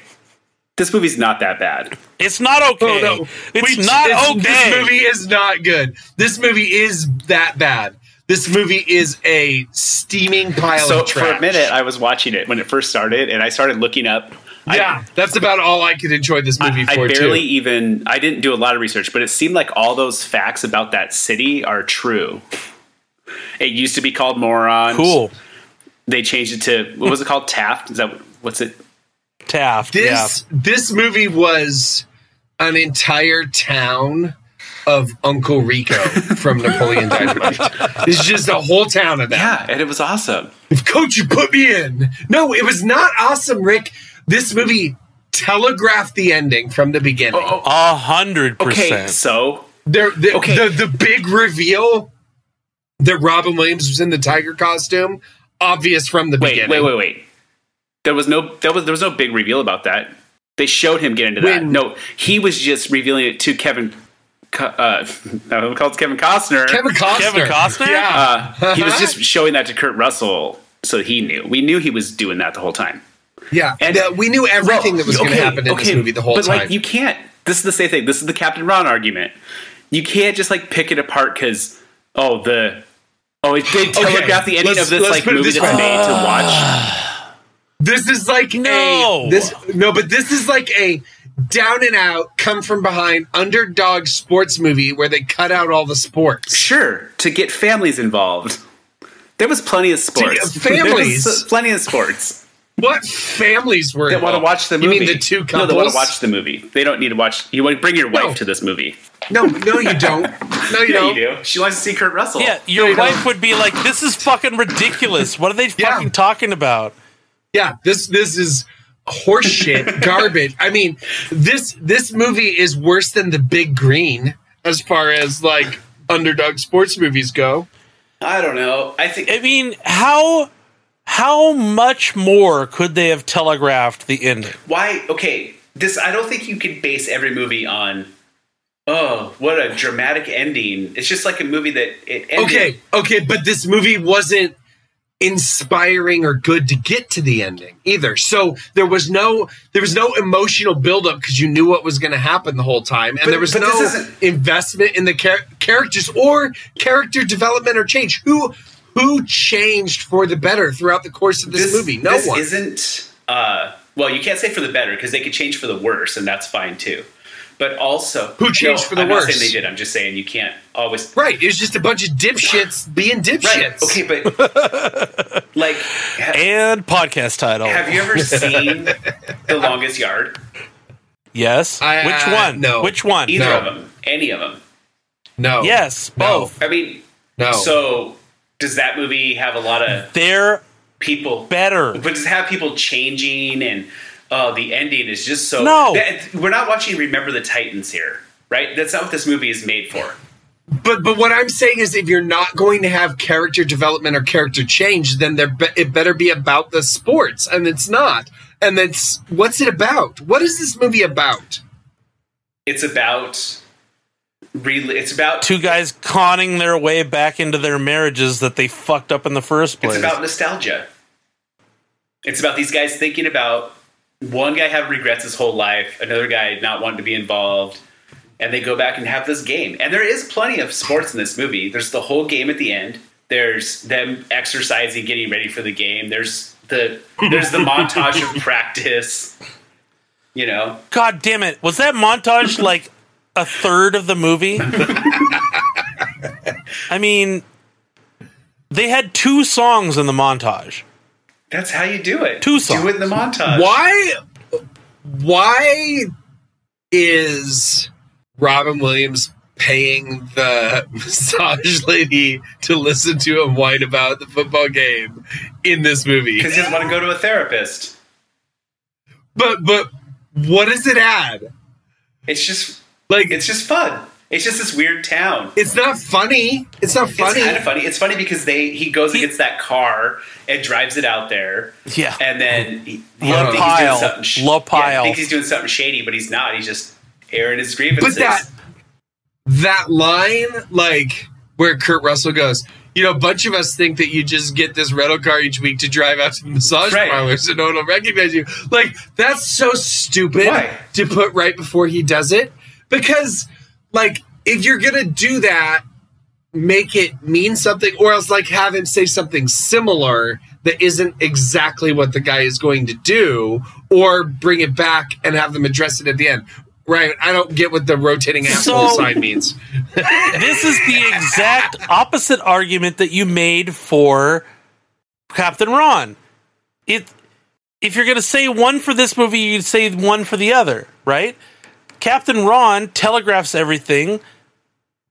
C: This movie's not that bad.
B: it's not okay. It's
A: Oh, We-
B: not
A: this-
B: okay.
A: This movie is not good. This movie is that bad. This movie is a steaming pile
C: So
A: of trash.
C: for a minute, I was watching it when it first started, and I started looking up. I-
A: yeah, that's about all I could enjoy this movie
C: I
A: for.
C: barely
A: too.
C: even I didn't do a lot of research, but it seemed like all those facts about that city are true. It used to be called Moron.
B: cool.
C: They changed it to what was it called? Taft? Is that what's it?
B: Taft.
A: This this movie was an entire town of Uncle Rico from Napoleon Dynamite. It's just a whole town of that.
C: Yeah, and it was awesome.
A: Coach, you put me in. No, it was not awesome, Rick. This movie telegraph the ending from the beginning.
B: A hundred
C: Okay,
B: percent.
C: so
A: There, the,
C: Okay.
A: the the big reveal that Robin Williams was in the tiger costume, obvious from the
C: wait,
A: beginning.
C: wait, wait, wait. There was no there was there was no big reveal about that. They showed him get into that.
A: When-
C: no, he was just revealing it to Kevin. Co- Uh, I called Kevin Costner.
A: Kevin Costner.
B: Kevin Costner?
A: Yeah.
C: Uh, he was just showing that to Kurt Russell, so he knew. We knew he was doing that the whole time.
A: yeah.
C: and-
A: And uh, we knew everything
C: Well,
A: that was going
C: okay,
A: to happen in
C: okay,
A: this movie the whole
C: but
A: time.
C: like, you can't. This is the same thing. This is the Captain Ron argument. You can't just like pick it apart because oh the oh it they telegraph the ending
A: let's-
C: of this
A: let's
C: like
A: put it
C: movie
A: this
C: that's
A: way.
C: made to watch.
A: This is like
B: No.
A: a this no, but this is like a down and out, come from behind underdog sports movie where they cut out all the sports.
C: Sure, to get families involved. There was plenty of sports.
A: get families?
C: There was plenty of sports
A: What families were
C: that want to
A: involved?
C: watch the
A: You
C: movie.
A: mean the two
C: No,
A: couples?
C: they want to watch the movie. They don't need to watch. You want to bring your wife
A: No.
C: to this movie.
A: No, no, you don't. No, you
C: Yeah,
A: don't.
C: you do.
F: She wants to see Kurt Russell.
B: Yeah, your wife would be like, "This is fucking ridiculous. What are they
A: Yeah.
B: fucking talking about?"
A: Yeah, this this is horseshit, garbage. I mean, this this movie is worse than the Big Green as far as like underdog sports movies go.
F: I don't know. I think
B: I mean, how how much more could they have telegraphed the ending?
F: why okay this i don't think you can base every movie on oh what a dramatic ending it's just like a movie that it ended.
A: Okay, okay, but this movie wasn't inspiring or good to get to the ending either. So there was no there was no emotional buildup because you knew what was going to happen the whole time, and
F: But-
A: there was
F: but this
A: no
F: isn't-
A: investment in the char- characters or character development or change. Who who changed for the better throughout the course of this, movie? No
F: this
A: one.
F: isn't uh, well you can't say for the better because they could change for the worse and that's fine too but also
A: Who changed for the
F: I'm not
A: worse?
F: saying they did i'm just saying you can't always
A: Right, it was just a bunch of dipshits being
F: right
A: dipshits.
F: okay but like ha-
B: And podcast title?
F: have you ever seen the longest yard
B: yes.
A: I-
B: Which
A: I-
B: one?
A: no.
B: Which one?
F: either
A: No.
F: of them any of them
A: No.
B: Yes,
A: No.
B: both.
F: i mean
A: No.
F: so does that movie have a lot of
B: They're
F: people
B: better.
F: but to have people changing and uh, the ending is just so
B: No.
F: That- we're not watching remember the titans here right that's not what this movie is made for
A: But but what I'm saying is, if you're not going to have character development or character change, then there be- it better be about the sports, and it's not. And that's what's it about? What is this movie about?
F: it's about really it's about
B: Two guys conning their way back into their marriages that they fucked up in the first
F: it's
B: place.
F: about nostalgia it's about these guys thinking about one guy having regrets his whole life another guy not wanting to be involved and they go back and have this game and there is plenty of sports in this movie there's the whole game at the end there's them exercising getting ready for the game there's the there's the montage of practice you know
B: God damn it! Was that montage like a third of the movie? I mean, they had two songs in the montage.
F: that's how you do it
B: Two
F: do it in the montage
A: Why why is Robin Williams paying the massage lady to listen to him whine about the football game in this movie?
F: because he doesn't want to go to a therapist
A: But but what does it add?
F: it's just
A: Like
F: it's just fun it's just this weird town
A: It's not funny. It's not funny.
F: It's kind of funny. It's funny because they he goes and gets that car and drives it out there,
B: Yeah.
F: and then he, he
B: La
F: thinks he's
B: Pile.
F: doing something sh-
B: La
F: Yeah,
B: Pile.
F: he thinks he's doing something shady, but he's not. He's just airing his
A: but
F: grievances.
A: that that line, like where Kurt Russell goes, you know, a bunch of us think that you just get this rental car each week to drive out to the massage
F: Right.
A: parlor so no one will recognize you. Like that's so stupid
F: Why?
A: to put right before he does it because, like, if you're gonna do that, make it mean something, or else like have him say something similar that isn't exactly what the guy is going to do, or bring it back and have them address it at the end. Right? I don't get what the rotating asshole
B: So-
A: sign means.
B: This is the exact opposite argument that you made for Captain Ron. It if you're going to say one for this movie, you'd say one for the other, right? Captain Ron telegraphs everything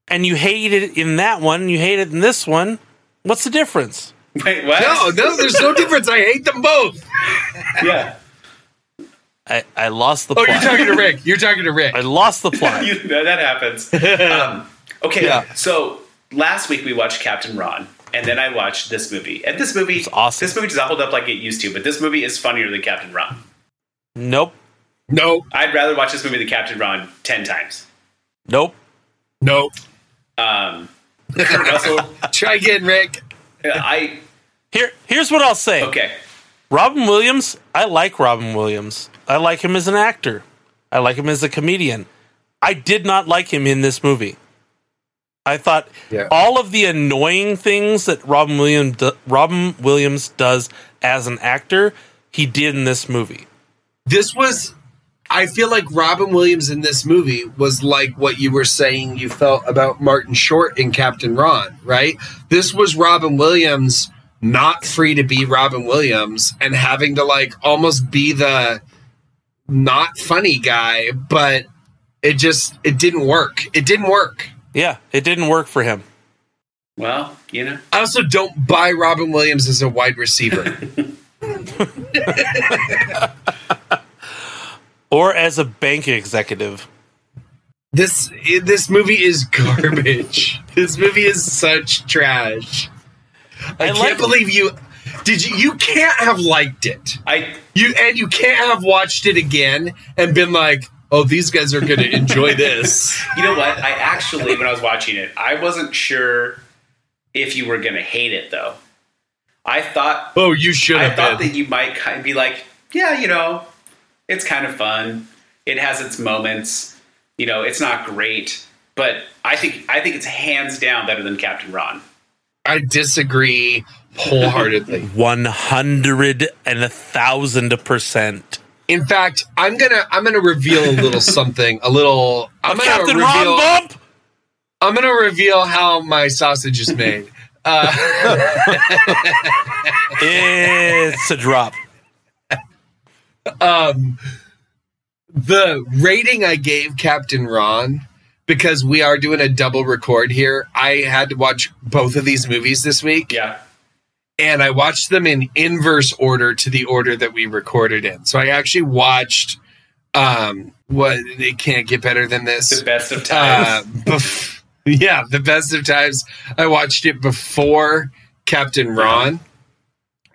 B: and you hate it in that one, you hate it in this one. What's the difference?
F: Wait, what?
A: No, no, there's no difference. I hate them both.
F: yeah.
B: I, I lost the
A: Oh, you're
B: plot.
A: talking to Rick. You're talking to Rick.
B: I lost the plot.
F: you know that happens. Um, okay,
A: Yeah.
F: so last week we watched Captain Ron, and then I watched this movie. And this movie,
B: awesome.
F: this movie does not hold up like it used to, but this movie is funnier than Captain Ron.
B: Nope.
A: Nope.
F: I'd rather watch this movie than Captain Ron ten times.
B: Nope.
A: Nope.
F: Um, Kurt Russell,
A: Try again, Rick.
F: I
B: Here, here's what I'll say.
F: okay.
B: Robin Williams, I like Robin Williams. I like him as an actor. I like him as a comedian. I did not like him in this movie. I thought
A: Yeah.
B: all of the annoying things that Robin Williams Robin Williams does as an actor, he did in this movie.
A: This was. I feel like Robin Williams in this movie was like what you were saying you felt about Martin Short in Captain Ron, right? This was Robin Williams not free to be Robin Williams and having to like almost be the not funny guy, but it just it didn't work. It didn't work.
B: Yeah, it didn't work for him.
F: Well, you know,
A: I also don't buy Robin Williams as a wide receiver.
B: Or as a bank executive.
A: this this movie is garbage. this movie is such trash. I,
B: I
A: can't
B: like-
A: believe you did you you can't have liked it.
F: I
A: You and you can't have watched it again and been like, "Oh, these guys are going to enjoy this."
F: you know what? I actually, when I was watching it, I wasn't sure if you were gonna hate it though. I thought
A: Oh, you should
F: I
A: have
F: thought
A: been.
F: that you might kind of be like, yeah, you know, it's kind of fun. It has its moments. You know, it's not great, but I think I think it's hands down better than Captain Ron.
A: I disagree wholeheartedly.
B: One hundred and a thousand percent.
A: In fact, I'm going to I'm going to reveal a little something, a little I'm going to
B: Captain
A: reveal
B: Ron Bump!
A: I'm gonna reveal how my sausage is made. Uh,
B: It's a drop.
A: um, the rating I gave Captain Ron because we are doing a double record here. I had to watch both of these movies this week,
F: Yeah,
A: and I watched them in inverse order to the order that we recorded in. So I actually watched um, what it can't get better than this.
F: the best of times.
A: Uh, bef- yeah, the best of times. I watched it before Captain Ron,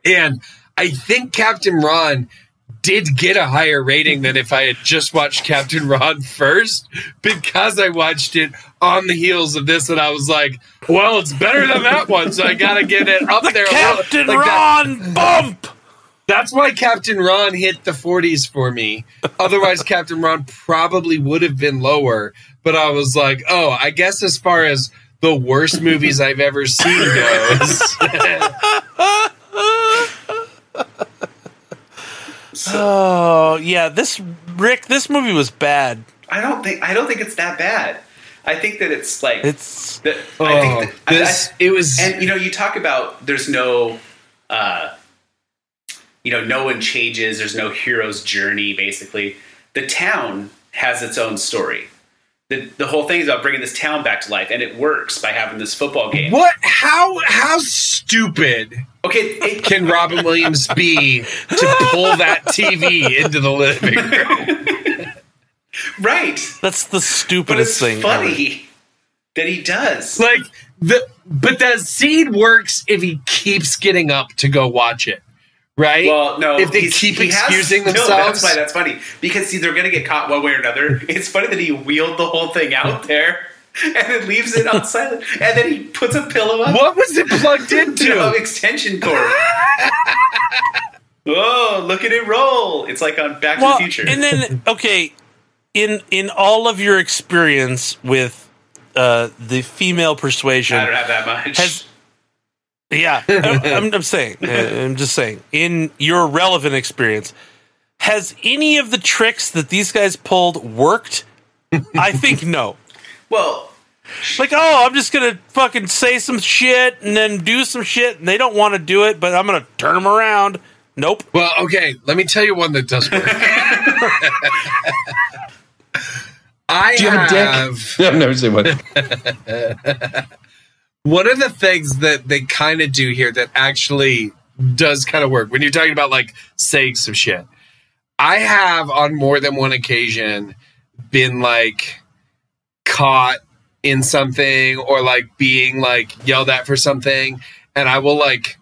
A: and I think Captain Ron did get a higher rating than if I had just watched Captain Ron first because I watched it on the heels of this, and I was like, "Well, it's better than that one, so I gotta get it up there." a little-
B: Captain
A: like that-
B: Ron Bump!
A: that's why Captain Ron hit the 40s for me. Otherwise, Captain Ron probably would have been lower. But I was like, oh, I guess as far as the worst movies I've ever seen goes,
B: Oh yeah, this Rick, this movie was bad.
F: I don't think I don't think it's that bad. I think that it's like
B: It's
F: that- I
A: oh,
F: think that,
A: this
F: I-
A: it was.
F: and you know you talk about there's no uh you know no one changes there's no hero's journey basically the town has its own story the, the whole thing is about bringing this town back to life and it works by having this football game
A: what? How? How stupid
F: okay it,
A: can Robin Williams be to pull that TV into the living room?
F: right
B: that's the
F: but it's
B: stupidest thing. ever.
F: funny that he does
A: Like the, but that scene works if he keeps getting up to go watch it, right?
F: well, no.
A: if they
F: he's-
A: keep
F: he has-
A: excusing
F: no, that's
A: themselves,
F: why that's funny because see, they're going to get caught one way or another. It's funny that he wheeled the whole thing out there and then leaves it on silent, and then he puts a pillow up.
A: What was it plugged
F: to an
A: into?
F: extension cord. oh, look at it roll! It's like on Back
B: Well,
F: to the Future.
B: and then okay, in in all of your experience with uh the female persuasion,
F: I don't have that much.
B: Has- Yeah, I'm, I'm, I'm saying. uh, I'm just saying. In your relevant experience, has any of the tricks that these guys pulled worked? I think no.
F: well,
B: Like, oh, I'm just gonna fucking say some shit and then do some shit, and they don't want to do it, but I'm gonna turn them around. Nope.
A: Well, okay, let me tell you one that does work. I
E: Do you have a dick?
A: have
E: I've never seen one.
A: one of the things that they kind of do here that actually does kind of work when you're talking about like saying some shit. I have on more than one occasion been like caught in something or like being like yelled at for something and I will like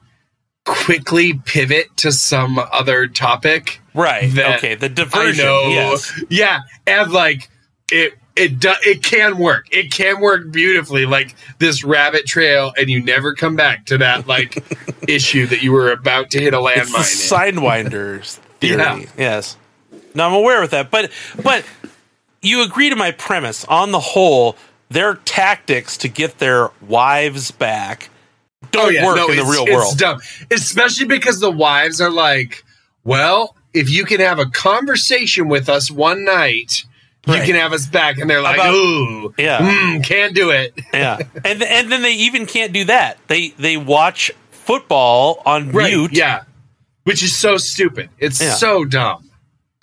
A: quickly pivot to some other topic.
B: Right.
A: That
B: okay. The
A: I
B: diversion.
A: know.
B: Yes.
A: Yeah, and like it it do, it can work. It can work beautifully like this rabbit trail and you never come back to that like issue that you were about to hit a landmine.
B: It's the
A: in.
B: sidewinders theory.
A: Yeah.
B: Yes. No, I'm aware of that. But but you agree to my premise. On the whole, their tactics to get their wives back don't work in the
A: Oh, it's-
B: real
A: it's
B: world.
A: dumb. Especially because the wives are like, well, if you can have a conversation with us one night,
B: Right.
A: you can have us back. And they're like,
B: About-
A: ooh,
B: Yeah.
A: mm, can't do it.
B: yeah. And th- and then they even can't do that. They they watch football on mute.
A: Yeah. Which is so stupid. It's
B: Yeah.
A: so dumb.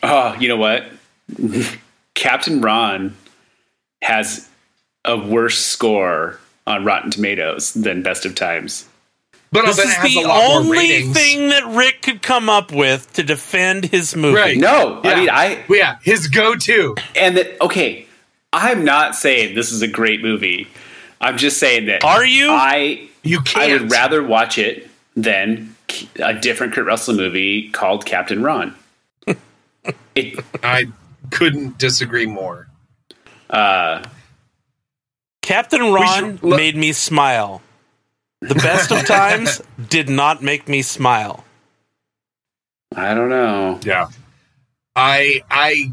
C: Oh, you know what? Captain Ron has a worse score on Rotten Tomatoes than Best of Times.
A: But
B: This
A: I bet it has
B: is
A: a
B: the
A: lot more
B: only
A: ratings.
B: thing that Rick could come up with to defend his movie.
A: Right.
C: No,
A: Yeah.
C: I mean I
A: Well, yeah, his go-to.
C: and that okay. I'm not saying this is a great movie. I'm just saying that
B: Are you?
C: I
A: You
C: I
A: can't.
C: would rather watch it than a different Kurt Russell movie called Captain Ron. it
A: I couldn't disagree more.
C: uh
B: Captain Ron
A: should look-
B: made me smile. The best of times did not make me smile.
C: I don't know.
A: Yeah. I I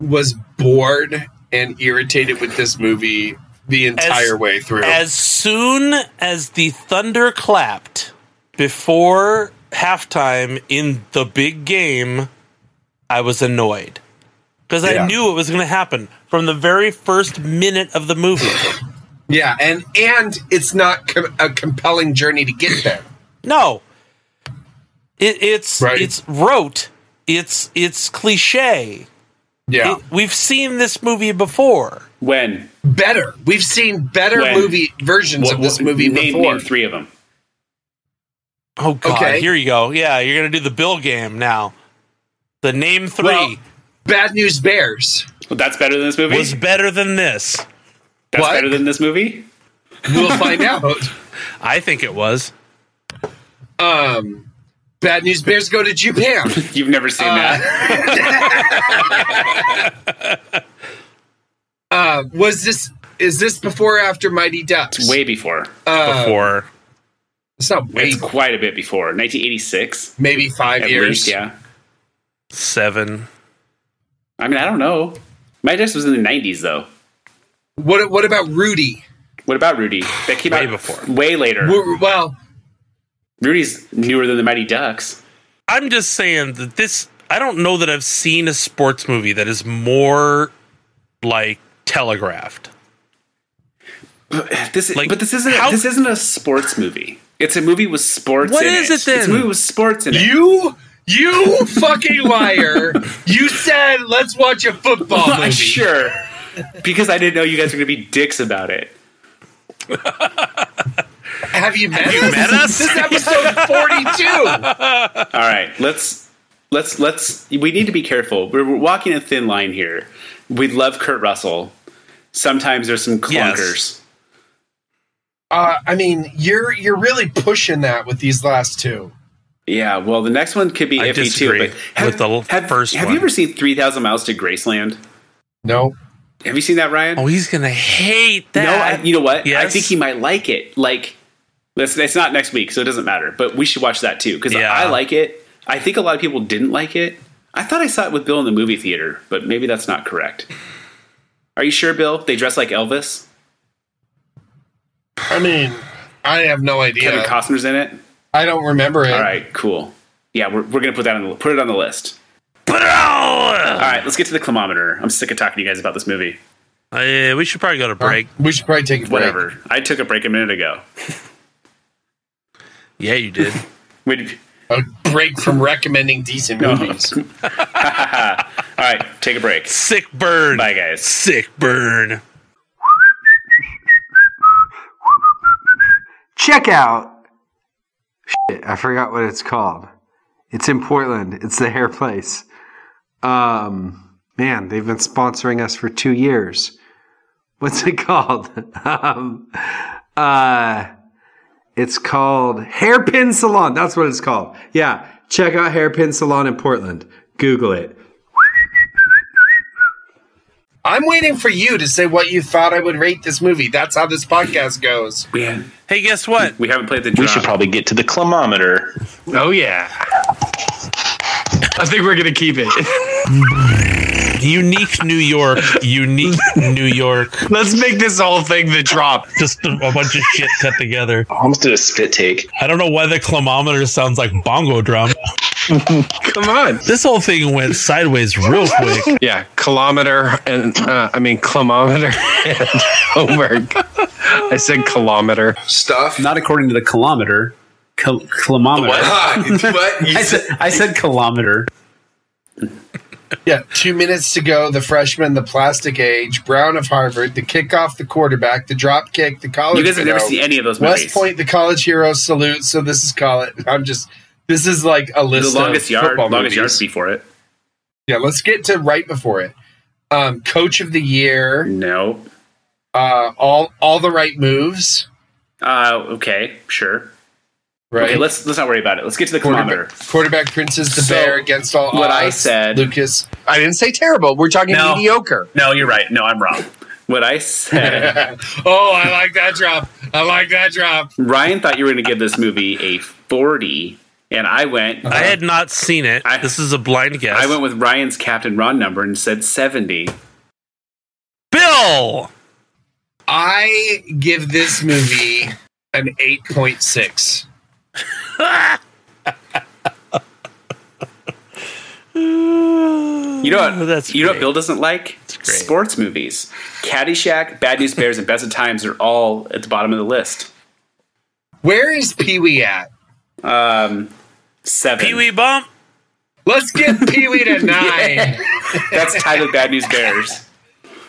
A: was bored and irritated with this movie the entire way through.
B: As soon as the thunder clapped before halftime in the big game, I was annoyed because I
A: Yeah.
B: knew it was going to happen from the very first minute of the movie.
A: yeah, and and it's not com- a compelling journey to get there.
B: No, it, it's
A: Right.
B: it's rote. It's it's cliche.
A: Yeah.
B: It- we've seen this movie before.
C: When
A: better. We've seen better
C: When-
A: movie versions of this movie
C: name,
A: before.
C: name three of them.
B: Oh god,
A: Okay.
B: here you go. Yeah, you're gonna do the Bill game now. The name three
A: Well, Bad News Bears.
C: Well, that's better than this movie.
B: was better than this.
C: that's
A: what?
C: better than this movie.
A: We'll find out.
B: I think it was.
A: Um, Bad News Bears go to Japan.
C: You've never seen that.
A: Uh, was this is this before or after Mighty Ducks?
C: Way before.
A: uh,
B: Before
A: It's not way.
C: it's quite a bit before. 1986.
A: Maybe five
C: At
A: years.
C: least, yeah.
B: seven.
C: I mean, I don't know. My Ducks was in the 90s though.
A: What What about Rudy?
C: What about Rudy? That came
B: Way
C: out
B: before.
C: way later.
A: W- Well,
C: Rudy's newer than the Mighty Ducks.
B: I'm just saying that this I don't know that I've seen a sports movie that is more like telegraphed.
C: This,
B: Like,
C: but this isn't
B: how-
C: this isn't a sports movie. It's a movie with sports.
B: What
C: in
B: is
C: it
B: it then?
C: It's a movie with sports in it.
A: you you fucking liar! You said let's watch a football movie.
C: I'm sure because I didn't know you guys were going to be dicks about it.
A: Have you met
B: You
A: us?
B: met us?
A: This is episode forty-two.
C: All right, let's let's let's. We need to be careful. We're, we're walking a thin line here. We love Kurt Russell. Sometimes there's some
B: Yes.
C: clunkers.
A: Uh, I mean, you're you're really pushing that with these last two.
C: Yeah, well, the next one could be
B: I
C: iffy too.
B: disagree
C: But
B: with the l-
C: have,
B: first
C: Have
B: one.
C: you ever seen Three Thousand Miles to Graceland?
A: No,
C: Have you seen that, Ryan?
B: Oh, he's gonna hate
C: No,
B: that.
C: I, you know what? I
B: Yes.
C: think he might like it. Like, that's it's not next week, so it doesn't matter. But we should watch that too because
B: Yeah.
C: I like it. I think a lot of people didn't like it. I thought I saw it with Bill in the movie theater, but maybe that's not correct. Are you sure, Bill? They dress like Elvis.
A: I mean, I have no idea.
C: Kevin Costner's in it.
A: I don't remember it.
C: All right, cool. Yeah, we're, we're gonna put that on the put it on the list.
B: Put it on!
C: All right, let's get to the climometer. I'm sick of talking to you guys about this movie.
B: Uh, yeah, we should probably go to break.
A: We should probably take a break.
C: Whatever. I took a break a minute ago.
B: Yeah, you did.
C: We'd,
A: A break from recommending decent movies.
C: all right, take a break.
B: Sick burn.
C: Bye, guys.
B: Sick burn.
G: check out. Shit, I forgot what it's called. It's in Portland. It's the hair place. Um, man, they've been sponsoring us for two years. What's it called? um, uh, it's called Hairpin Salon. That's what it's called. Yeah, check out Hairpin Salon in Portland. Google it.
A: I'm waiting for you to say what you thought I would rate this movie. That's how this podcast goes.
C: We, ha-
B: Hey, guess what?
C: we haven't played the
H: We
C: drop.
H: should probably get to the climometer.
D: Oh yeah. I think we're gonna keep it.
B: Unique New York. Unique New York.
D: Let's make this whole thing the drop.
B: Just a, a bunch of shit cut together.
E: I almost did a spit take.
B: I don't know why the climometer sounds like bongo drum.
D: Come on.
B: This whole thing went sideways real quick.
D: Yeah, kilometer and uh, I mean climometer and homework. I said kilometer.
A: Stuff.
F: Not according to the kilometer. Kil- kilometer.
A: Ah, what? You
F: I said, I said kilometer.
A: Yeah, two minutes to go. The freshman, the plastic age, Brown of Harvard, the kickoff, the quarterback, the drop kick, the college.
C: You guys have never
A: hero,
C: seen any of those movies.
A: West Point, the college hero salute. So this is call it. I'm just. This is like a
C: the
A: list.
C: longest
A: of
C: yard,
A: football
C: longest yard
A: movies.
C: before it.
A: Yeah, let's get to right before it. Um, Coach of the year.
C: No.
A: Uh, all all the right moves.
C: Uh, okay, sure.
A: Right.
C: Okay, let's let's not worry about it. Let's get to the kilometer.
A: quarterback, quarterback princes the
C: So,
A: bear against all.
C: what I
A: odds.
C: said-
A: Lucas.
E: I didn't say terrible. We're talking
C: No.
E: mediocre.
C: No, you're right. No, I'm wrong. What I said,
A: Oh, I like that drop. I like that drop.
C: Ryan thought you were going to give this movie a 40, and I went.
B: I had not seen it.
C: I-
B: this is a blind guess.
C: I went with Ryan's Captain Ron number and said 70.
B: Bill.
A: I give this movie an 8.6.
C: You know what?
B: That's
C: you know what
B: great.
C: Bill doesn't like
B: great.
C: sports movies. Caddyshack, Bad News Bears, and Best of Times are all at the bottom of the list.
A: Where is Pee Wee at?
C: Um, seven.
B: Pee Wee Bump.
A: Let's get Pee Wee to nine.
C: That's tied with Bad News Bears.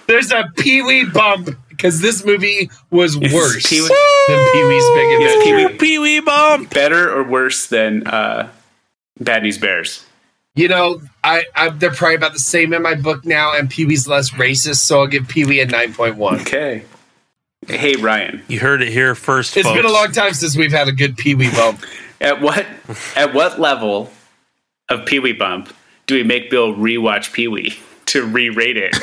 A: There's a Pee Wee bump because this movie was worse
C: Pee Wee-
A: than Pee Wee's Big
C: Yes,
A: Adventure.
C: Pee Wee.
B: Pee Wee Bump.
C: Better or worse than uh, Bad News Bears?
A: You know, I, I they're probably about the same in my book now, and Pee Wee's less racist, so I'll give Pee Wee a 9.1.
C: Okay. Hey Ryan,
B: You heard it here first.
A: It's
B: folks.
A: been a long time since we've had a good Pee Wee bump.
C: at what at what level of Pee Wee Bump do we make Bill rewatch Pee Wee to re-rate it?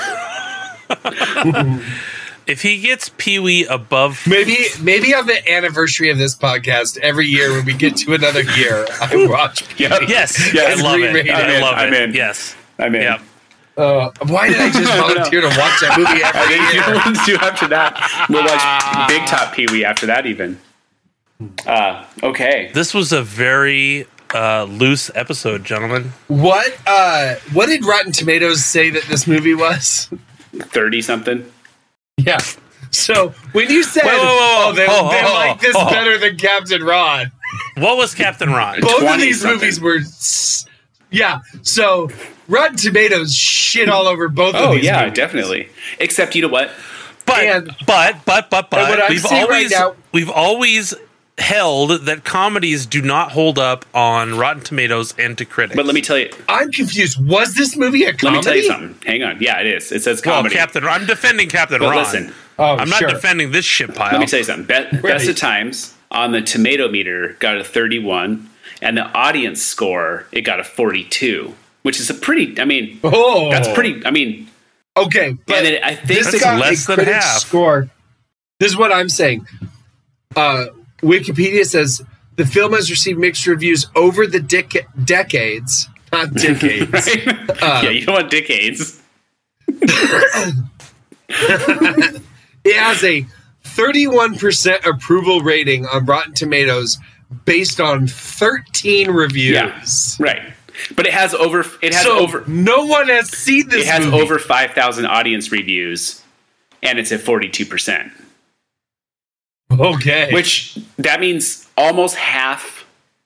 B: If he gets Pee Wee above,
A: Maybe maybe on the anniversary of this podcast, every year when we get to another year, I watch Pee Wee.
B: yes,
C: Yes.
B: I love it.
A: Re-rated.
B: I
C: I'm in,
B: love
C: I'm
B: it.
C: in.
B: Yes.
C: I mean,
B: Yep.
A: Uh, why did I just volunteer to watch that movie
C: I
A: every
C: think
A: year?
C: you want to do after that. We'll watch Big Top Pee Wee after that, even. Uh, okay.
B: This was a very uh, loose episode, gentlemen.
A: What uh what did Rotten Tomatoes say that this movie was?
C: 30 something.
A: Yeah. So when you said
B: Whoa, whoa, whoa,
A: oh, they,
B: whoa,
A: they
B: whoa,
A: like this
B: whoa.
A: better than Captain Ron,
B: What was Captain Ron?
A: both of
C: 20
A: these
C: something.
A: movies were s- yeah. So Rotten Tomatoes shit all over both of
C: Oh,
A: these
C: yeah,
A: movies.
C: definitely. Except, you know what?
B: But
A: And-
B: but but but
A: And what
B: but
A: I'm
B: we've
A: seeing right
B: always
A: now-
B: we've always held that comedies do not hold up on Rotten Tomatoes and to critics.
C: But let me tell you.
A: I'm confused. Was this movie a comedy?
C: Let me tell you something. Hang on. Yeah, it is. It says
B: well,
C: comedy.
B: Captain, I'm defending Captain
C: but
B: Ron.
C: listen,
A: Oh,
B: I'm not
A: sure.
B: defending this shit pile.
C: let me tell you something. Be- Best of Times on the tomato meter got a 31, and the audience score, it got a 42, which is a pretty, I mean,
A: Oh,
C: that's pretty, I mean,
A: okay. But
C: and it, I think
A: this
B: That's
A: got
B: less
A: a
B: than
A: critic
B: half.
A: score. This is what I'm saying. Uh, Wikipedia says the film has received mixed reviews over the dec- decades, not decades.
C: yeah, you don't want decades.
A: It has a 31% approval rating on Rotten Tomatoes based on 13 reviews.
C: Right. But it has over it has
A: so
C: over
A: no one has seen this
C: it has
A: movie.
C: over 5,000 audience reviews and it's at 42%.
A: okay.
C: Which that means almost half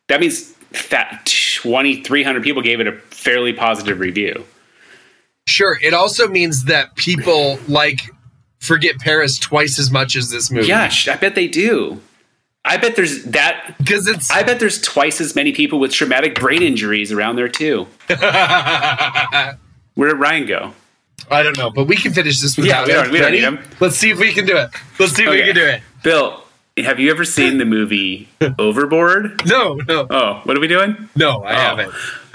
C: that means that 2300 people gave it a fairly positive review.
A: sure, it also means that people like Forget Paris twice as much as this movie.
C: Gosh, I bet they do. I bet there's that
A: Because it's
C: I bet there's twice as many people with traumatic brain injuries around there too. Where did Ryan go?
A: I don't know, but we can finish this
C: Yeah,
A: without
C: we don't- we don't
A: Ready?
C: need him.
A: Let's see if we can do it. Let's see if we
C: Okay.
A: can do it.
C: Bill, have you ever seen the movie Overboard?
A: No, no,
C: Oh, what are we doing?
A: no, I
C: Oh.
A: haven't.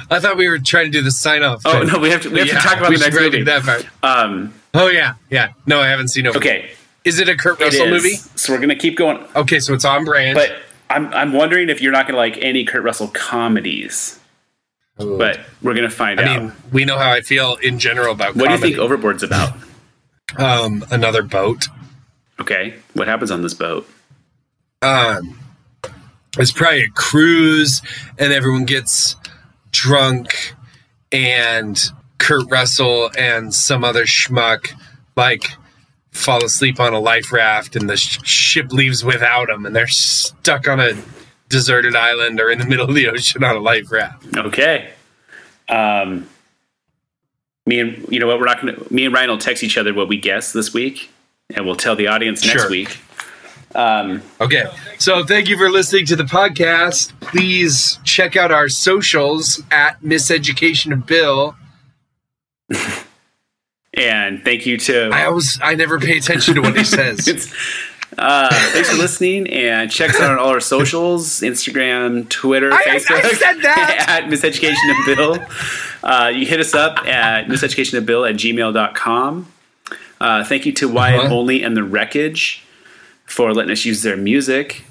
A: I thought we were trying to do the sign off.
C: Oh no, we have to we have to talk about the next movie.
A: That part.
C: Um,
A: Oh yeah, yeah. No, I haven't seen it.
C: okay,
A: is it a Kurt
C: it
A: Russell
C: is.
A: movie?
C: So we're gonna keep going,
A: Okay, so it's on brand.
C: but I'm I'm wondering if you're not gonna like any Kurt Russell comedies, but we're gonna find
A: I
C: out.
A: mean, we know how I feel in general about
C: what do you
A: comedy.
C: think Overboard's about?
A: Um, another boat.
C: Okay, what happens on this boat?
A: um, it's probably a cruise, and everyone gets drunk, and Kurt Russell and some other schmuck like fall asleep on a life raft, and the sh- ship leaves without them, and they're stuck on a deserted island or in the middle of the ocean on a life raft.
C: Okay. Um, me and you know what? We're not gonna. Me and Ryan will text each other what we guess this week, and we'll tell the audience next
A: Sure.
C: week. Um,
A: Okay, so thank you for listening to the podcast. Please check out our socials at Miseducation of Bill.
C: and thank you to.
A: I always, I never pay attention to what he says.
C: It's- uh, thanks for listening and check us out on all our socials Instagram, Twitter,
A: I- I
C: Facebook.
A: said that!
C: at Miseducation of Bill. Uh, you hit us up at miseducationofbill at gmail.com. Uh, thank you to Wyatt
A: Uh-huh.
C: Only and The Wreckage for letting us use their music.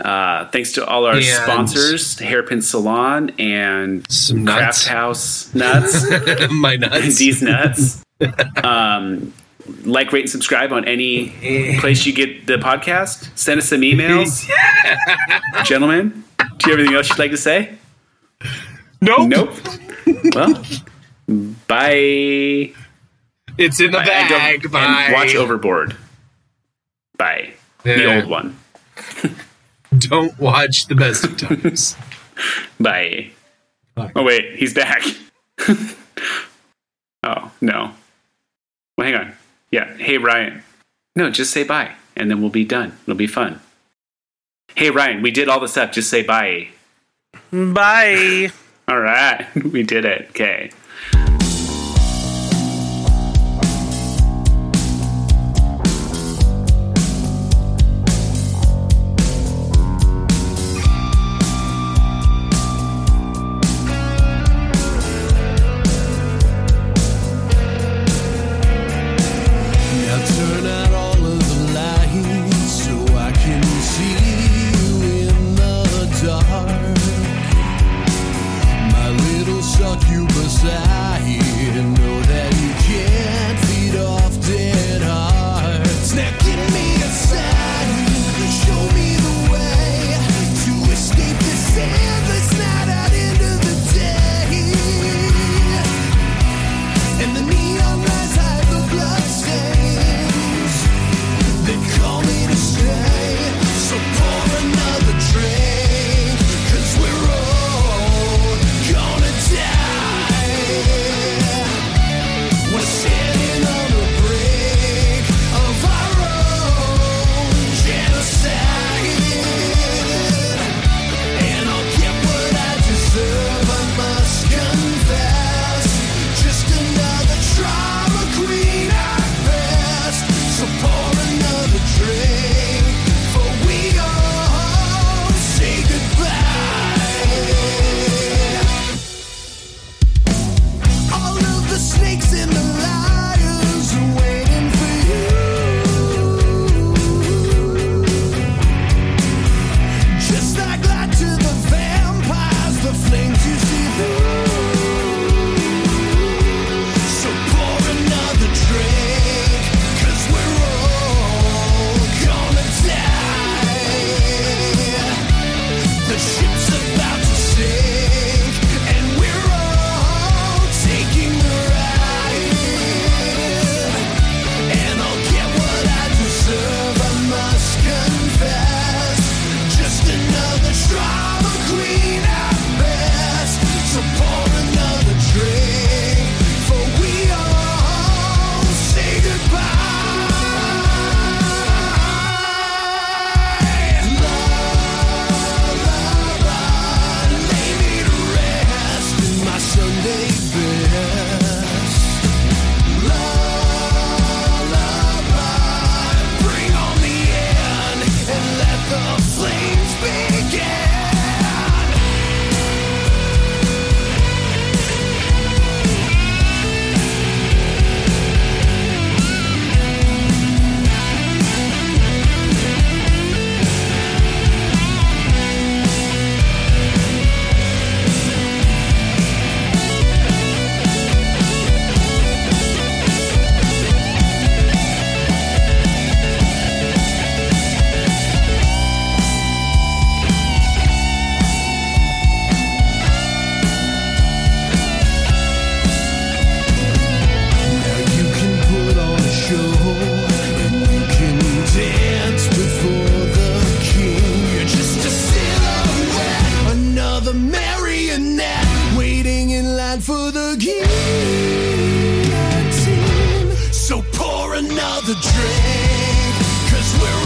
C: Uh, thanks to all our
A: And-
C: sponsors, Hairpin Salon and
A: Some
C: Craft
A: nuts.
C: House Nuts.
A: my nuts.
C: these nuts. um, like, rate, and subscribe on any place you get the podcast. Send us some emails. Gentlemen, do you have anything else you'd like to say?
A: Nope.
C: Nope. Well, bye.
A: It's in the
C: I- I don't-
A: bag.
C: and
A: Bye.
C: watch Overboard. Bye. The
A: Yeah.
C: old one.
A: Don't watch the best of times.
C: Bye. Oh, wait. He's back. oh, no. Well, hang on. Yeah. Hey, Ryan. No, just say bye, and then we'll be done. It'll be fun. Hey, Ryan, we did all the stuff. Just say bye.
B: Bye.
C: All right. we did it. Okay.
I: Now turn out all of the lights so I can see you in the dark. My little succubus, I know that you can't feed off dead hearts. Now give me a sign, show me the way to escape this endless night out into the day. And the neon lights hide the bloodstains. They call me to stay, so pour another drink. we we're all gonna die. internet, waiting in line for the guillotine. So pour another drink, cause we're